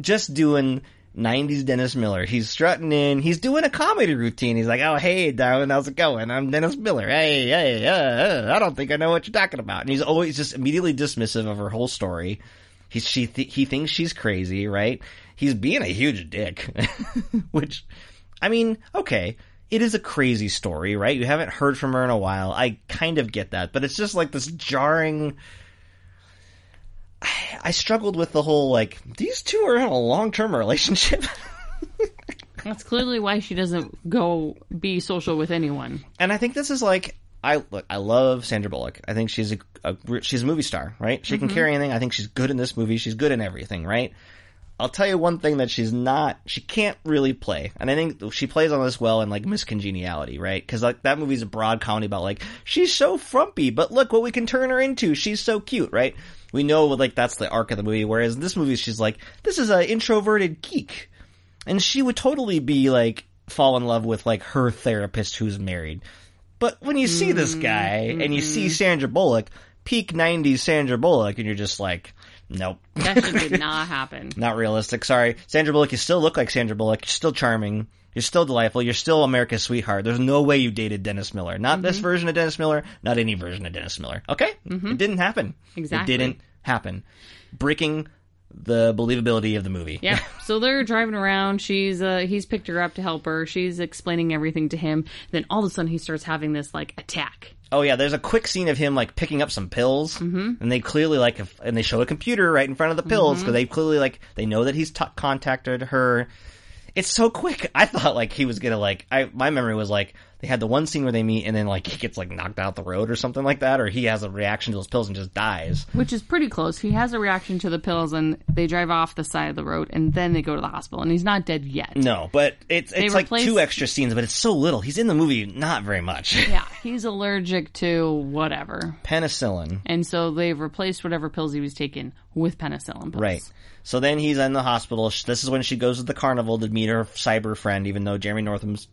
just doing 90s Dennis Miller. He's strutting in. He's doing a comedy routine. He's like, oh, hey, darling, how's it going? I'm Dennis Miller. Hey, hey, uh, uh, I don't think I know what you're talking about. And he's always just immediately dismissive of her whole story. He's, she th- he thinks she's crazy, right? He's being a huge dick, which, I mean, okay, it is a crazy story, right? You haven't heard from her in a while. I kind of get that, but it's just like this jarring. I struggled with the whole like these two are in a long term relationship,
That's clearly why she doesn't go be social with anyone.
and I think this is like I look. I love Sandra Bullock. I think she's a, a she's a movie star, right? She can carry anything. I think she's good in this movie. She's good in everything, right? I'll tell you one thing that she's not. She can't really play, and I think she plays on this well in like Miss Congeniality, right? Because like that movie's a broad comedy about like she's so frumpy, but look what we can turn her into. She's so cute, right? We know like that's the arc of the movie. Whereas in this movie, she's like this is an introverted geek, and she would totally be like fall in love with like her therapist who's married. But when you see this
Mm,
guy and
mm-hmm.
you see Sandra Bullock, peak '90s Sandra Bullock, and you're just like, nope.
That shit did not happen.
Not realistic. Sorry, Sandra Bullock. You still look like Sandra Bullock. You're still charming. You're still delightful. You're still America's sweetheart. There's no way you dated Dennis Miller. Not this
Mm-hmm.
version of Dennis Miller. Not any version of Dennis Miller. Okay, it didn't happen.
Exactly.
It didn't happen. Breaking the believability of the movie.
Yeah. So they're driving around. She's uh, he's picked her up to help her. She's explaining everything to him. Then all of a sudden he starts having this like attack.
Oh yeah, there's a quick scene of him like picking up some pills,
Mm-hmm.
and they clearly like, if- and they show a computer right in front of the pills because they clearly like they know that he's t- contacted her. It's so quick. I thought like he was gonna like. I my memory was like they had the one scene where they meet and then like he gets like knocked out the road or something like that, or he has a reaction to those pills and just dies.
Which is pretty close. He has a reaction to the pills and they drive off the side of the road and then they go to the hospital and he's not dead yet.
No, but it's it's like
replace-
two extra scenes, but it's so little. He's in the movie not very much.
Yeah, he's allergic to whatever.
Penicillin.
And so they've replaced whatever pills he was taking with penicillin pills.
Right. So then he's in the hospital. Sh- This is when she goes to the carnival to meet her cyber friend, even though Jeremy Northam's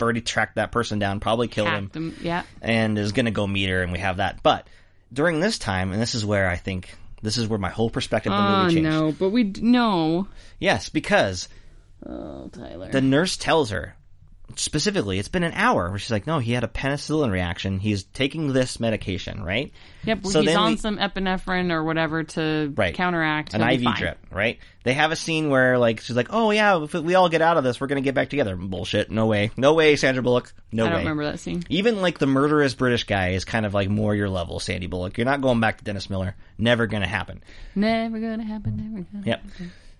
already tracked that person down, probably killed him,
Hacked him. Yeah.
and is going to go meet her, and we have that. But during this time, and this is where I think this is where my whole perspective of the
Oh
movie changed.
no, but we d- no.
Yes, because
Oh, Tyler.
the nurse tells her specifically, it's been an hour. Where she's like, "No, he had a penicillin reaction. He's taking this medication, right?"
Yep,
So
he's
then
on
we-
some epinephrine or whatever to
right.
counteract
an
he'll be
IV
fine.
drip, right? They have a scene where like she's like, "Oh yeah, if we all get out of this, we're gonna get back together." Bullshit. No way. No way. Sandra Bullock. No
I don't
way.
remember that scene.
Even like the murderous British guy is kind of like more your level, Sandy Bullock. You're not going back to Dennis Miller. Never gonna happen.
Never gonna happen. Never gonna.
Yep.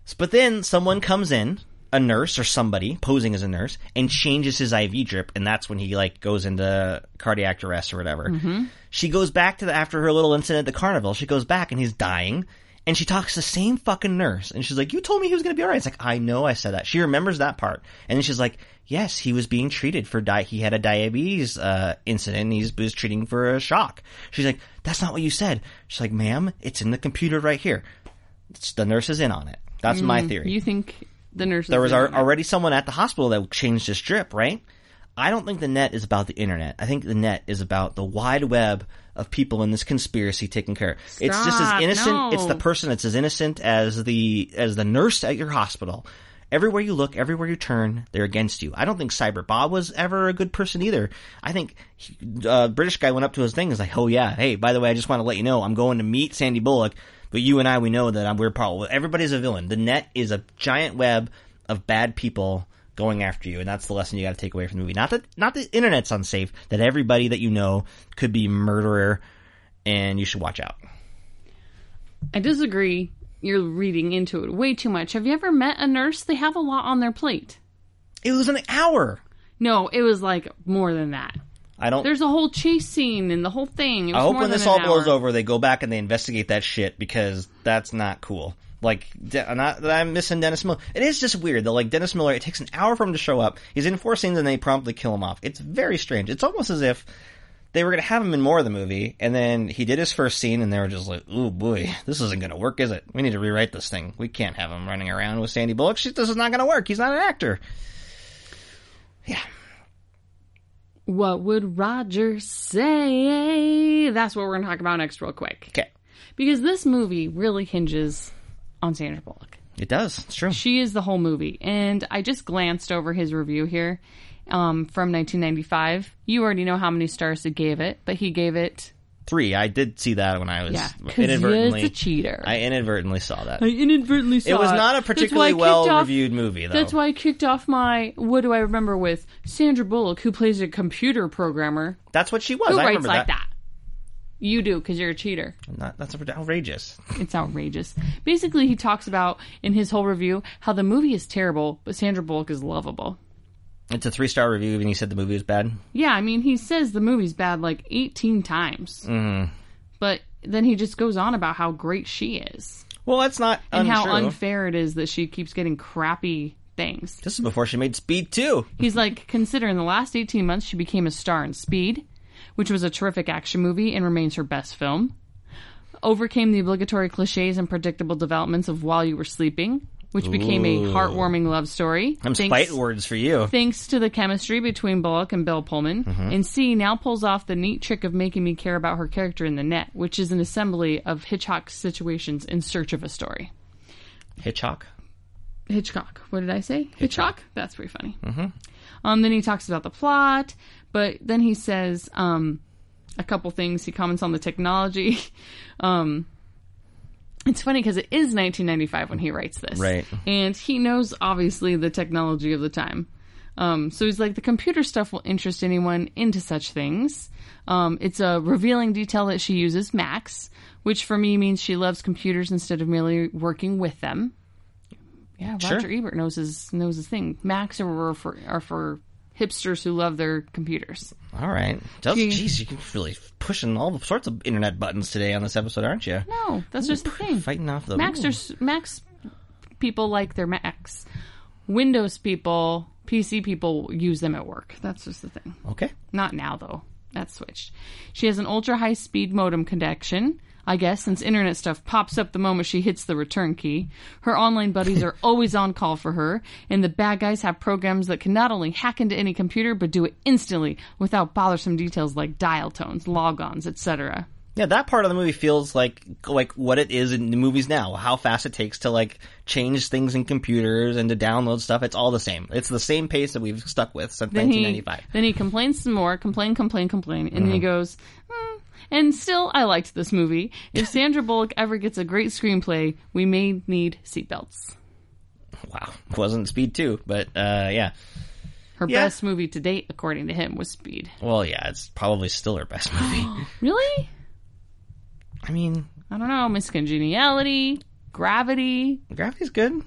S- But then someone comes in, a nurse or somebody posing as a nurse, and changes his IV drip, and that's when he like goes into cardiac arrest or whatever. She goes back to the after her little incident at the carnival. She goes back and he's dying. And she talks to the same fucking nurse, and she's like, "You told me he was gonna be alright." It's like, "I know, I said that." She remembers that part, and then she's like, "Yes, he was being treated for di- he had a diabetes uh, incident. And he was treating for a shock." She's like, "That's not what you said." She's like, "Ma'am, it's in the computer right here." It's- the nurse is in on it. That's my theory.
You think the nurse?
there was al- already someone at the hospital that changed this drip, right? I don't think the net is about the internet. I think the net is about the wide web of people in this conspiracy taking care. it's just as
Stop,
innocent.
no.
It's the person that's as innocent as the as the nurse at your hospital. Everywhere you look, everywhere you turn, they're against you. I don't think Cyber Bob was ever a good person either. I think he, uh, British guy went up to his thing and was like, "Oh yeah, hey, by the way, I just want to let you know I'm going to meet Sandy Bullock, but you and I we know that I'm, we're part. Everybody's a villain. The net is a giant web of bad people going after you, and that's the lesson you got to take away from the movie. Not that not the internet's unsafe. That everybody that you know could be murderer, and you should watch out.
I disagree. You're reading into it way too much. Have you ever met a nurse? They have a lot on their plate.
It was an hour.
No, it was like more than that.
I don't.
There's a whole chase scene and the whole thing. It
I
was
hope
more
when
than
this
an
all blows
hour.
over, they go back and they investigate that shit because that's not cool. Like, de- not that I'm missing Dennis Miller. It is just weird though. Like Dennis Miller, it takes an hour for him to show up. He's in four scenes and they promptly kill him off. It's very strange. It's almost as if they were going to have him in more of the movie, and then he did his first scene, and they were just like, "Ooh boy, this isn't going to work, is it? We need to rewrite this thing. We can't have him running around with Sandy Bullock. Shit, this is not going to work. He's not an actor."
What would Roger say? That's what we're gonna talk about next, real quick.
Okay,
Because this movie really hinges on Sandra Bullock.
it does. It's true.
She is the whole movie. And I just glanced over his review here um, from 1995. You already know how many stars he gave it, but he gave it
Three. I did see that when I was
yeah, because he
inadvertently.
is a cheater.
I inadvertently saw that.
I inadvertently saw
It was not a
That's why I
particularly
kicked
well
off-
reviewed movie, though.
That's why I kicked off my. What do I remember with Sandra Bullock, who plays a computer programmer
That's what she was.
who
I
writes
remember
like
that.
that. You do because you're a cheater.
Not- that's outrageous.
It's outrageous. Basically, he talks about in his whole review how the movie is terrible, but Sandra Bullock is lovable.
It's a three star review, and he said the movie was bad.
Yeah, I mean, he says the movie's bad like
Mm-hmm.
18 times. But then he just goes on about how great she is.
Well, that's not
and
untrue.
how unfair it is that she keeps getting crappy things.
This is before she made Speed 2.
He's like, consider in the last 18 months, she became a star in Speed, which was a terrific action movie and remains her best film. Overcame the obligatory cliches and predictable developments of While You Were Sleeping, which became a heartwarming love story.
I'm
Thanks-
spite words for you.
Thanks to the chemistry between Bullock and Bill Pullman, and C now pulls off the neat trick of making me care about her character in The Net, which is an assembly of Hitchcock's situations in search of a story.
Hitchcock.
Hitchcock. What did I say? Hitchcock. That's pretty funny. Mm-hmm. Um, then he talks about the plot, but then he says um, a couple things. He comments on the technology. um, it's funny because it is 1995 when he writes this,
Right.
And he knows obviously the technology of the time. Um, so he's like, the computer stuff will interest anyone into such things. Um, it's a revealing detail that she uses Max, which for me means she loves computers instead of merely working with them. Yeah,
Sure.
Roger Ebert knows his knows his thing. Macs are for are for hipsters who love their computers.
All right. Does,
Gee.
geez, you can really pushing all sorts of internet buttons today on this episode, aren't you?
No, that's just the thing.
Fighting off the
Macs are s- Macs people like their Macs. Windows people, PC people use them at work. That's just the thing.
okay.
Not now though. That's switched. She has an ultra high speed modem connection. I guess since internet stuff pops up the moment she hits the return key. Her online buddies are always on call for her, and the bad guys have programs that can not only hack into any computer but do it instantly without bothersome details like dial tones, logons, etc.
Yeah, that part of the movie feels like like what it is in the movies now. How fast it takes to like change things in computers and to download stuff. It's all the same. It's the same pace that we've stuck with since
Then he
1995.
then he complains some more, complain, complain, complain, and then he goes. "Hmm, And still, I liked this movie. If Sandra Bullock ever gets a great screenplay, we may need seatbelts.
Wow, wasn't Speed two, but uh, yeah.
Her
Yeah.
best movie to date, according to him, was Speed.
Well, yeah, it's probably still her best movie.
Really?
I mean,
I don't know. Miss Congeniality, Gravity,
Gravity's good.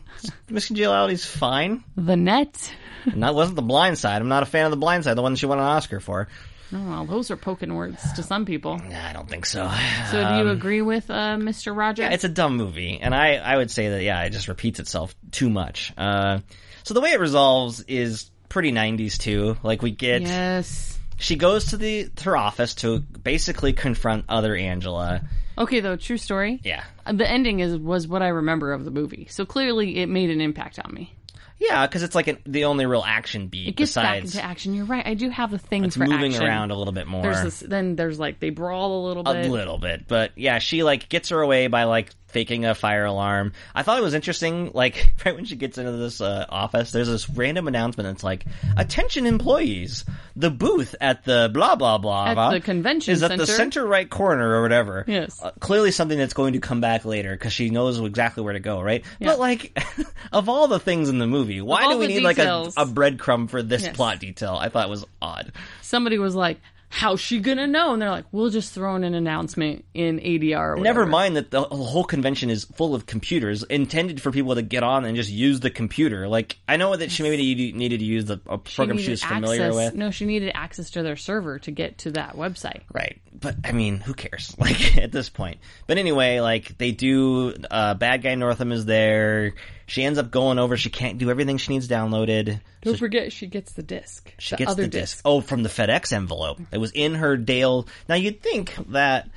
Miss Congeniality's fine.
The Net.
And that wasn't the Blind Side. I'm not a fan of the Blind Side, the one she won an Oscar for.
Oh, well, those are poking words to some people.
Nah, I don't think so.
So, do you agree with uh, Mr. Rogers?
Um, Yeah, it's a dumb movie, and I, I would say that yeah, it just repeats itself too much. Uh, so the way it resolves is pretty '90s too. Like we get
yes.
she goes to the to her office to basically confront other Angela.
Okay, though, true story. Uh,
Yeah,
The ending is was what I remember of the movie. So clearly, it made an impact on me.
yeah, because it's like an, the only real action beat
It gets back
besides
into action. You're right. I do have a thing
it's
for
moving
action.
around a little bit more.
There's this, then there's like they brawl a little bit.
a little bit but yeah she like gets her away by like faking a fire alarm i thought it was interesting like right when she gets into this uh, office there's this random announcement that's like attention employees the booth at the blah blah blah
At
blah
the convention
is at the
center."
center right corner or whatever
Yes.
Uh, clearly something that's going to come back later because she knows exactly where to go right but like of all the things in the movie why
all
do we
the
need like a,
details.
a breadcrumb for this
Yes.
plot detail i thought it was odd
somebody was like, "How's she gonna know?" And they're like, "We'll just throw in an announcement in ADR." Or
Never
whatever."
mind that the whole convention is full of computers intended for people to get on and just use the computer. Like, I know that she maybe needed to use the, a program she,
needed
was familiar
access-
with.
No, she needed access to their server to get to that website.
Right. But, I mean, who cares? Like, at this point. But anyway, like, they do, uh, Bad Guy Northam is there. She ends up going over. She can't do everything she needs downloaded.
Don't forget, she gets the disc.
She
the
gets
other
the disc. Oh, from the FedEx envelope. It was in her Dale. Now you'd think that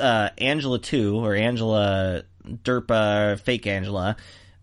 uh, Angela Two or Angela Derpa, fake Angela,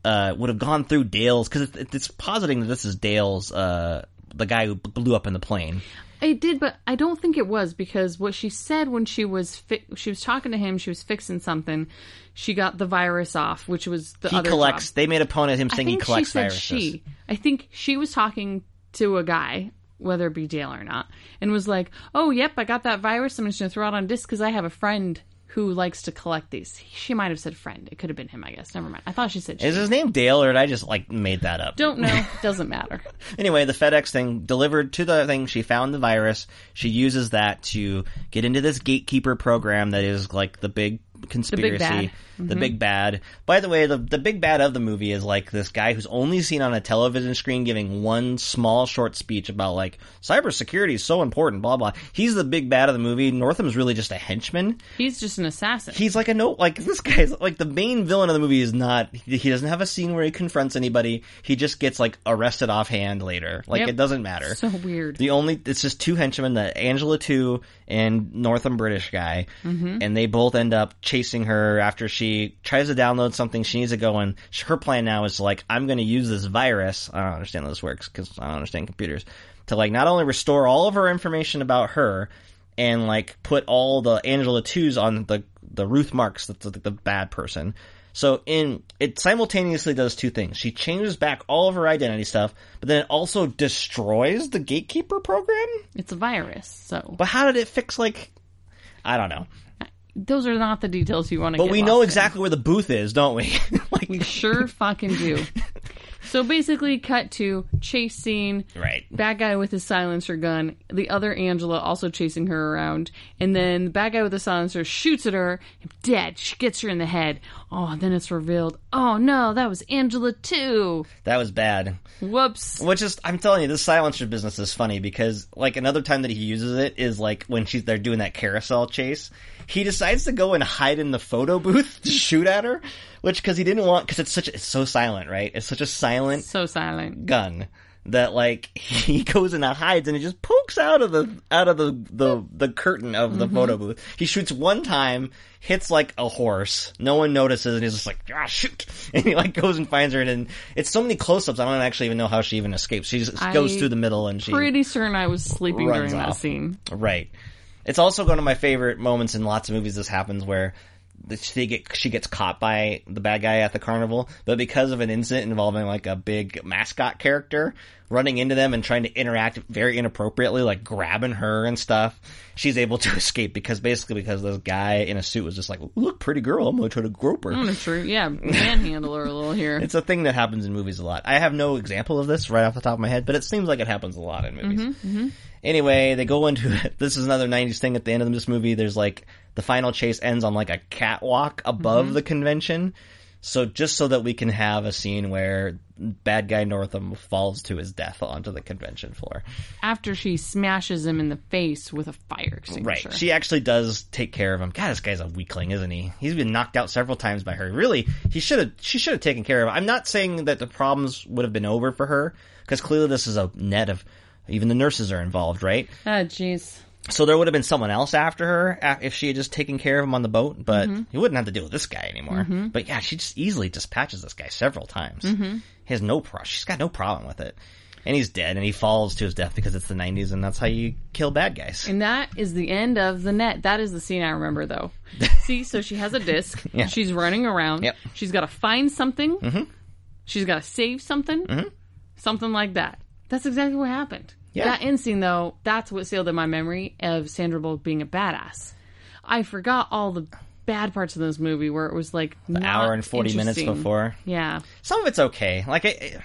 uh, would have gone through Dale's because it's, it's positing that this is Dale's, uh, the guy who blew up in the plane.
I did, but I don't think it was because what she said when she was fi- she was talking to him, she was fixing something. She got the virus off, which was the
He
other
collects.
job.
They made a point of him
I
saying he
think she
collects
said
viruses.
she. I think she was talking to a guy, whether it be Dale or not, and was like, "Oh, yep, I got that virus. I'm just gonna throw it on disc because I have a friend who likes to collect these." She might have said friend. It could have been him, I guess. Never mind. I thought she said she.
Is his name Dale, or did I just like made that up?
Don't know. Doesn't matter.
Anyway, the FedEx thing delivered to the thing. She found the virus. She uses that to get into this gatekeeper program that is like the big Mm-hmm. conspiracy,
bad.
the big bad. By the way, the the big bad of the movie is like this guy who's only seen on a television screen giving one small short speech about like cybersecurity is so important, blah blah. He's the big bad of the movie. Northam's really just a henchman.
He's just an assassin.
He's like a no, like this guy's like the main villain of the movie is not. He, he doesn't have a scene where he confronts anybody. He just gets like arrested offhand later. Like
Yep.
it doesn't matter.
so weird.
The only it's just two henchmen, the Angela two and Northam British guy,
Mm-hmm.
and they both end up chasing her after she tries to download something. She needs to go and sh- her plan now is like I'm going to use this virus. I don't understand how this works because I don't understand computers. To like not only restore all of her information about her and like put all the Angela twos on the the Ruth marks that's the, the bad person. So in it simultaneously does two things. She changes back all of her identity stuff, but then it also destroys the gatekeeper program.
It's a virus, so
But how did it fix like I don't know.
those are not the details you want to.
But we know exactly where the booth is, don't we? like
We sure fucking do. So basically, cut to chase scene.
right.
Bad guy with his silencer gun. The other Angela also chasing her around. And then the bad guy with the silencer shoots at her. Dead. She gets her in the head. Oh, and then it's revealed. Oh no, that was Angela too.
That was bad.
Whoops.
Which is, I'm telling you, this silencer business is funny because, like, another time that he uses it is like when she's they're doing that carousel chase. He decides to go and hide in the photo booth to shoot at her, which because he didn't want because it's such it's so silent, right? It's such a silent
So silent.
gun that like he goes and hides and it just pokes out of the out of the the, the curtain of
Mm-hmm.
the photo booth. He shoots one time, hits like a horse. No one notices and he's just like ah shoot, and he like goes and finds her and, then it's so many close ups. I don't actually even know how she even escapes. She just goes
I-
through the middle and she
Pretty certain I was sleeping
Runs
during that
off.
scene.
Right. It's also one of my favorite moments in lots of movies. This happens where the- she get she gets caught by the bad guy at the carnival, but because of an incident involving like a big mascot character running into them and trying to interact very inappropriately, like grabbing her and stuff, she's able to escape because basically because this guy in a suit was just like, "Look, pretty girl, I'm gonna try to grope her."
I'm sure. Yeah, manhandle her a little here.
It's a thing that happens in movies a lot. I have no example of this right off the top of my head, but it seems like it happens a lot in movies. Anyway, they go into this is another '90s thing. At the end of this movie, there's like the final chase ends on like a catwalk above the convention. So just so that we can have a scene where bad guy Northam falls to his death onto the convention floor.
After she smashes him in the face with a fire
Right.
extinguisher.
She actually does take care of him. God, this guy's a weakling, isn't he? He's been knocked out several times by her. Really, he should have. She should have taken care of him. I'm not saying that the problems would have been over for her, because clearly this is a net of even the nurses are involved, right?
Ah, jeez.
So there would have been someone else after her a- if she had just taken care of him on the boat, but he wouldn't have to deal with this guy anymore. But yeah, she just easily dispatches this guy several times. He has no pro. She's got no problem with it. And he's dead, and he falls to his death because it's the 90s, and that's how you kill bad guys.
And that is the end of the net. That is the scene I remember, though. See, so she has a disc.
Yeah.
She's running around.
Yep. Mm-hmm.
She's got to find something. She's got to save something. Something like that. That's exactly what happened.
Yeah.
That end scene, though, that's what sealed in my memory of Sandra Bullock being a badass. I forgot all the bad parts of this movie where it was like an
hour and 40 minutes before.
Yeah.
Some of it's okay. Like it, it-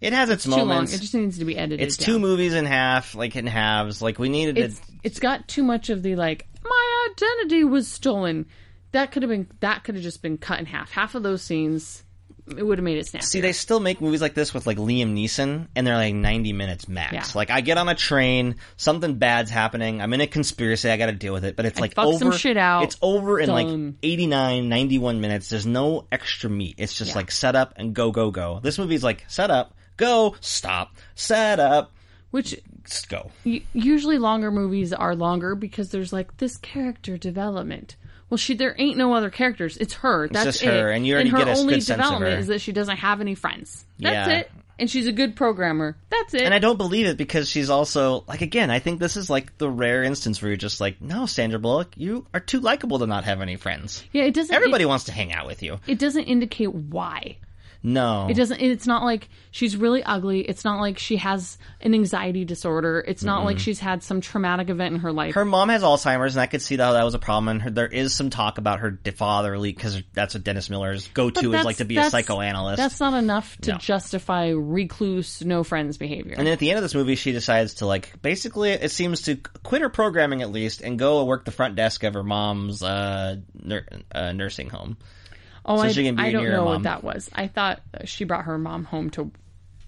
it has its,
Too long. It
moments.
just needs to be edited.
it's
down.
two movies in half, like in halves. Like we needed
it's
to
it's got too much of the like my identity was stolen. That could have been that could have just been cut in half. Half of those scenes it would have made it snap.
see. They still make movies like this with like Liam Neeson, and they're like ninety minutes max.
Yeah.
Like I get on a train, something bad's happening. I'm in a conspiracy. I got to deal with it, but it's like
fuck
over.
some shit out.
It's over in like
Done.
89, 91 minutes. There's no extra meat. It's just like set up and go, go, go. This movie's like set up, go, stop, set up,
Which
s- go.
u- usually longer movies are longer because there's like this character development. Well, she there ain't no other characters. It's her. That's
just her,
it.
and you already
her
get a good
only
sense of
development
her.
is that she doesn't have any friends. That's
Yeah.
it. And she's a good programmer. That's it.
And I don't believe it because she's also like again, I think this is like the rare instance where you're just like, no, Sandra Bullock, you are too likable to not have any friends.
yeah, it doesn't.
Everybody wants to hang out with you.
It, it doesn't indicate why.
No.
It doesn't. It's not like she's really ugly. It's not like she has an anxiety disorder. It's not like she's had some traumatic event in her life.
her mom has Alzheimer's, and I could see that that was a problem. And her, there is some talk about her d- fatherly, because that's what Dennis Miller's
But
go-to is
that's-
like to be a
that's-
psychoanalyst.
That's not enough to
No.
justify recluse, no friends behavior.
and then at the end of this movie, she decides to like basically it seems to quit her programming at least and go work the front desk of her mom's uh, nur- uh nursing home.
oh,
so
I,
she can be
I don't
near her
know
mom.
what that was. I thought she brought her mom home to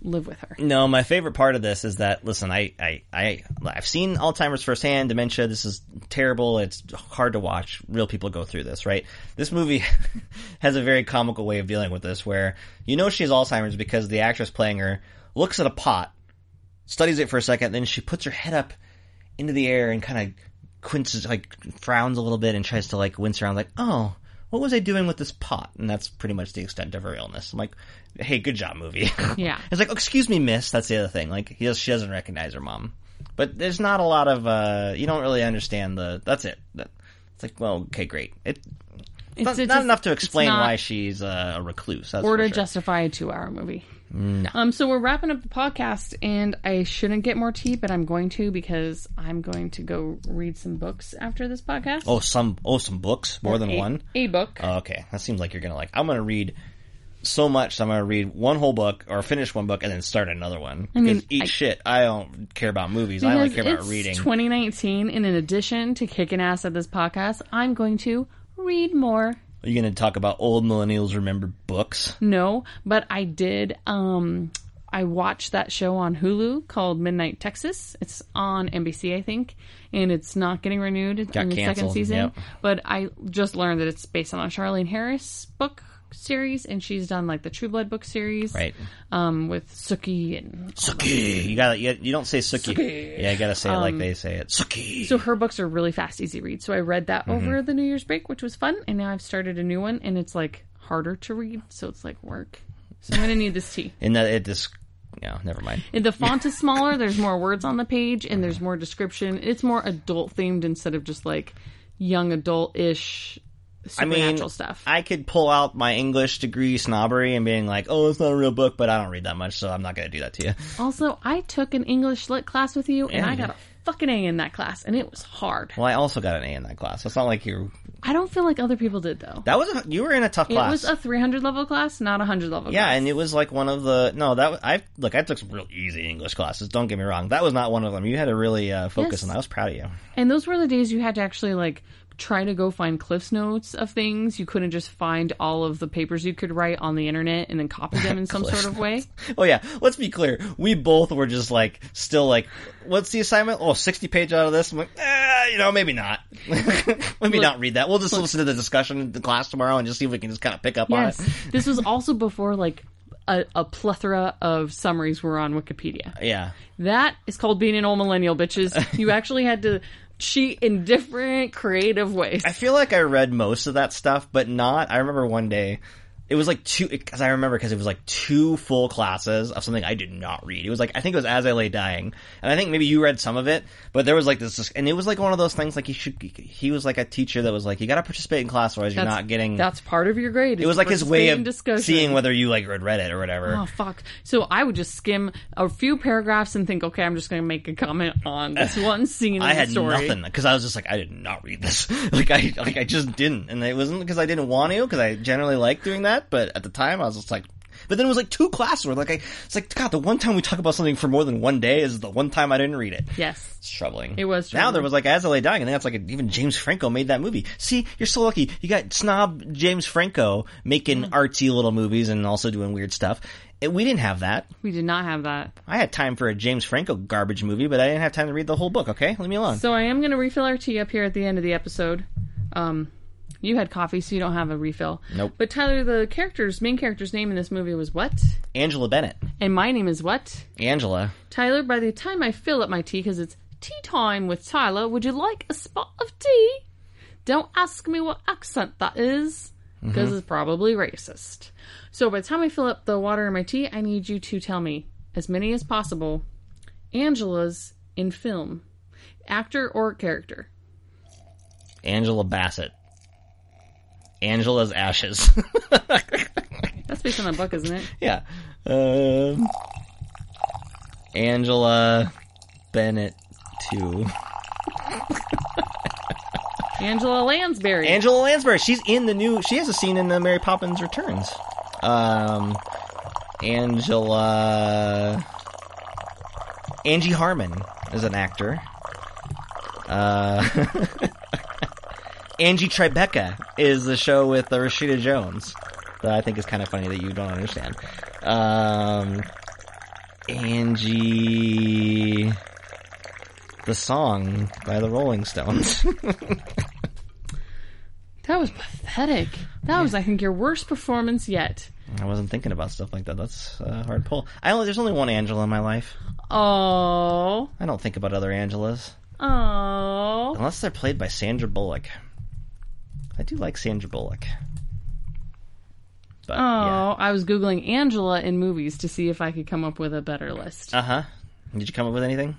live with her.
No, my favorite part of this is that listen, I I I I've seen Alzheimer's firsthand, dementia. This is terrible. It's hard to watch. Real people go through this, right? This movie has a very comical way of dealing with this, where you know she has Alzheimer's because the actress playing her looks at a pot, studies it for a second, then she puts her head up into the air and kind of quinces, like frowns a little bit and tries to like wince around, like, oh, what was I doing with this pot? And that's pretty much the extent of her illness. I'm like, hey, good job, movie.
Yeah.
it's like, excuse me, miss. That's the other thing. Like, he does, she doesn't recognize her mom. But there's not a lot of, uh, you don't really understand the, that's it. That- It's like, well, okay, great. It, it's, not,
it's
not
just-
enough to
it's
explain
not-
why she's uh, a recluse. That's
or
for
to
sure.
justify a two-hour movie. Um, so we're wrapping up the podcast, and I shouldn't get more tea, but I'm going to because I'm going to go read some books after this podcast.
Oh, some oh some books, more than
a,
one.
a book.
Oh, okay, that seems like you're gonna like. I'm gonna read so much. I'm gonna read one whole book or finish one book and then start another one. Because
mean,
eat
I-
shit. I don't care about movies. I only
Because
care about
it's
reading.
2019, and in addition to kicking ass at this podcast, I'm going to read more.
Are you gonna talk about old millennials remember books?
No, but I did. Um, I watched that show on Hulu called Midnight Texas. It's on NBC, I think, and it's not getting renewed in the second
canceled,
season.
yep.
But I just learned that it's based on a Charlene Harris book series, and she's done like the True Blood book series,
Right.
Um, with Suki and
Suki. You gotta. You, you don't say suki. Yeah, you gotta say it like they say it. Suki.
Um, So her books are really fast, easy read. So I read that
Mm-hmm.
over the New Year's break, which was fun. And now I've started a new one, and it's like harder to read, so it's like work. So I'm gonna need this tea.
and that it just. No, never mind.
And the font is smaller. There's more words on the page, and there's more description. It's more adult themed instead of just like young adult ish supernatural stuff.
I could pull out my English degree snobbery and being like, "Oh, it's not a real book," but I don't read that much, so I'm not gonna do that to you.
also, I took an English lit class with you, and
Yeah,
I
you
got a fucking A in that class, and it was hard.
Well, I also got an A in that class. It's not like you.
I don't feel like other people did though.
That was a, you were in a tough
It
class.
was a 300 level class, not a 100 level
yeah,
class.
and it was like one of the no that was, I look I took some real easy English classes. Don't get me wrong, that was not one of them. You had to really uh, focus
Yes.
on that. I was proud of you.
And those were the days you had to actually like try to go find cliffs notes of things. You couldn't just find all of the papers you could write on the internet and then copy them in some sort of way.
Oh yeah, let's be clear. We both were just like still like, what's the assignment? Oh, 60 page out of this. I'm like, eh, you know, maybe not. maybe not read that. We'll just listen to the discussion in the class tomorrow and just see if we can just kind of pick up
Yes.
on it.
this was also before like a, a plethora of summaries were on Wikipedia.
Yeah.
That is called being an old millennial, bitches. You actually had to cheat in different creative ways.
I feel like I read most of that stuff, but not. I remember one day, it was like two, because I remember because it was like two full classes of something I did not read. It was like, I think it was As I Lay Dying. And I think maybe you read some of it, but there was like this, and it was like one of those things like you should, he was like a teacher that was like, you gotta participate in class or else you're
That's-
not getting.
That's part of your grade.
it was like his way of
discussion.
seeing whether you like read Reddit or whatever.
Oh fuck! So I would just skim a few paragraphs and think, okay, I'm just going to make a comment on this one scene. In
I
the
had
story.
nothing because I was just like I did not read this. like I like I just didn't, and it wasn't because I didn't want to because I generally like doing that. But at the time, I was just like. But then it was like two classes where like I it's like God, the one time we talk about something for more than one day is the one time I didn't read it.
Yes.
It's troubling.
It was
Now there
troubling.
was like As I Lay Dying, and that's like even James Franco made that movie. See, you're so lucky. You got snob James Franco making
Mm-hmm.
artsy little movies and also doing weird stuff. And we didn't have that.
We did not have that.
I had time for a James Franco garbage movie, but I didn't have time to read the whole book. Okay, leave me alone.
So I am going to refill our tea up here at the end of the episode. Um, you had coffee, so you don't have a refill.
Nope.
But Tyler, the character's main character's name in this movie was what?
Angela Bennett.
And my name is what?
Angela.
Tyler. By the time I fill up my tea, because it's tea time with Tyler, would you like a spot of tea? Don't ask me what accent that is, because it's probably racist. So by the time I fill up the water in my tea, I need you to tell me as many as possible Angela's in film, actor or character.
Angela Bassett. Angela's ashes.
That's based on a book, isn't it?
yeah. Um Angela Bennett too.
Angela Lansbury.
Angela Lansbury. She's in the new. She has a scene in the Mary Poppins Returns. Um, Angela. Angie Harmon is an actor. Uh, Angie Tribeca is the show with uh, Rashida Jones that I think is kind of funny that you don't understand. Um, Angie. The song by the Rolling Stones.
that was pathetic. That was, I think, your worst performance yet.
I wasn't thinking about stuff like that. That's a hard pull. I only, there's only one Angela in my life.
Oh,
I don't think about other Angelas
oh.
unless they're played by Sandra Bullock. I do like Sandra Bullock. But,
Oh, I was googling Angela in movies to see if I could come up with a better list.
Uh huh. Did you come up with anything?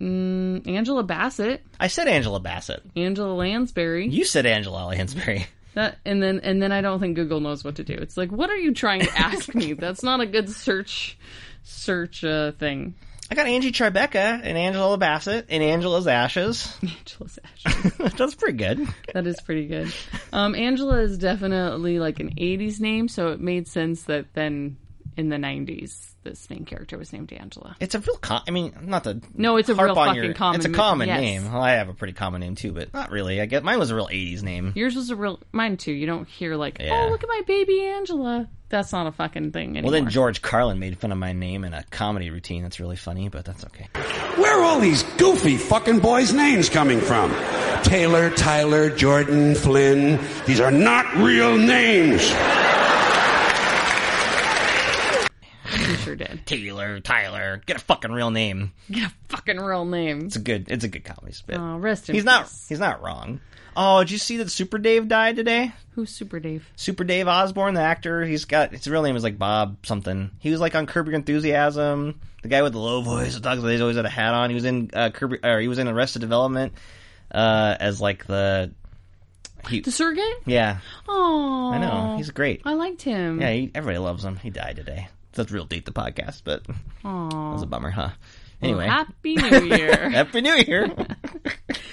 Angela Bassett,
I said Angela Bassett.
Angela Lansbury,
You said Angela Lansbury.
that, and then and then I don't think Google knows what to do. It's like, what are you trying to ask me? That's not a good search search uh, thing.
I got Angie Tribeca and Angela Bassett and Angela's Ashes.
Angela's Ashley.
That's pretty good.
That is pretty good. Um, Angela is definitely like an 80s name, so it made sense that then in the 90s, this main character was named Angela.
It's a real. Com- I mean, not the.
No, it's a
harp
real
on
fucking
your-
common
It's a
ma-
common
yes.
name. Well, I have a pretty common name too, but not really. I guess mine was a real '80s name.
Yours was a real, mine too. You don't hear like,
Yeah.
oh, look at my baby Angela. That's not a fucking thing anymore.
Well, then George Carlin made fun of my name in a comedy routine. That's really funny, but that's okay.
Where are all these goofy fucking boys' names coming from? Taylor, Tyler, Jordan, Flynn. These are not real names.
you sure did.
Taylor, Tyler, get a fucking real name.
Get a fucking real name.
It's a good. It's a good comedy spit.
Oh, rest in
he's not.
peace.
He's not wrong. Oh, did you see that Super Dave died today?
Who's Super Dave?
Super Dave Osborne, the actor. He's got his real name is like Bob something. He was like on Curb Your Enthusiasm. The guy with the low voice, the dog that always had a hat on. He was in uh, Curb, or he was in Arrested Development uh, as like the. He,
The surrogate?
yeah,
Oh,
I know. He's great.
I liked him.
Yeah, he, everybody loves him. He died today. That's real date the podcast, but that was a bummer, huh? Anyway,
Happy New Year.
Happy New Year.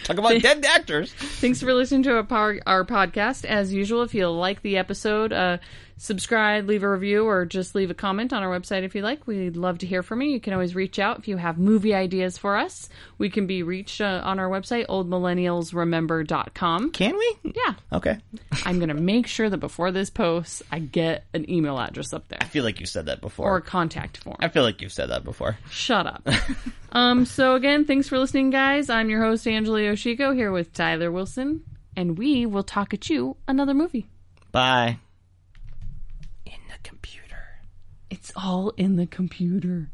Talk about dead actors.
Thanks for listening to our, par- our podcast. As usual, if you like the episode, uh, subscribe, leave a review, or just leave a comment on our website if you like. We'd love to hear from you. You can always reach out if you have movie ideas for us. We can be reached uh, on our website, oldmillennialsremember.com.
Can we?
Yeah,
Okay. I
I'm going to make sure that before this post, I get an email address up there
feel like you said that before.
or a contact form.
I feel like you've said that before.
Shut up. um, so again, thanks for listening, guys. I'm your host, Angela Yoshiko, here with Tyler Wilson, and we will talk at you another movie.
Bye. In the computer.
It's all in the computer.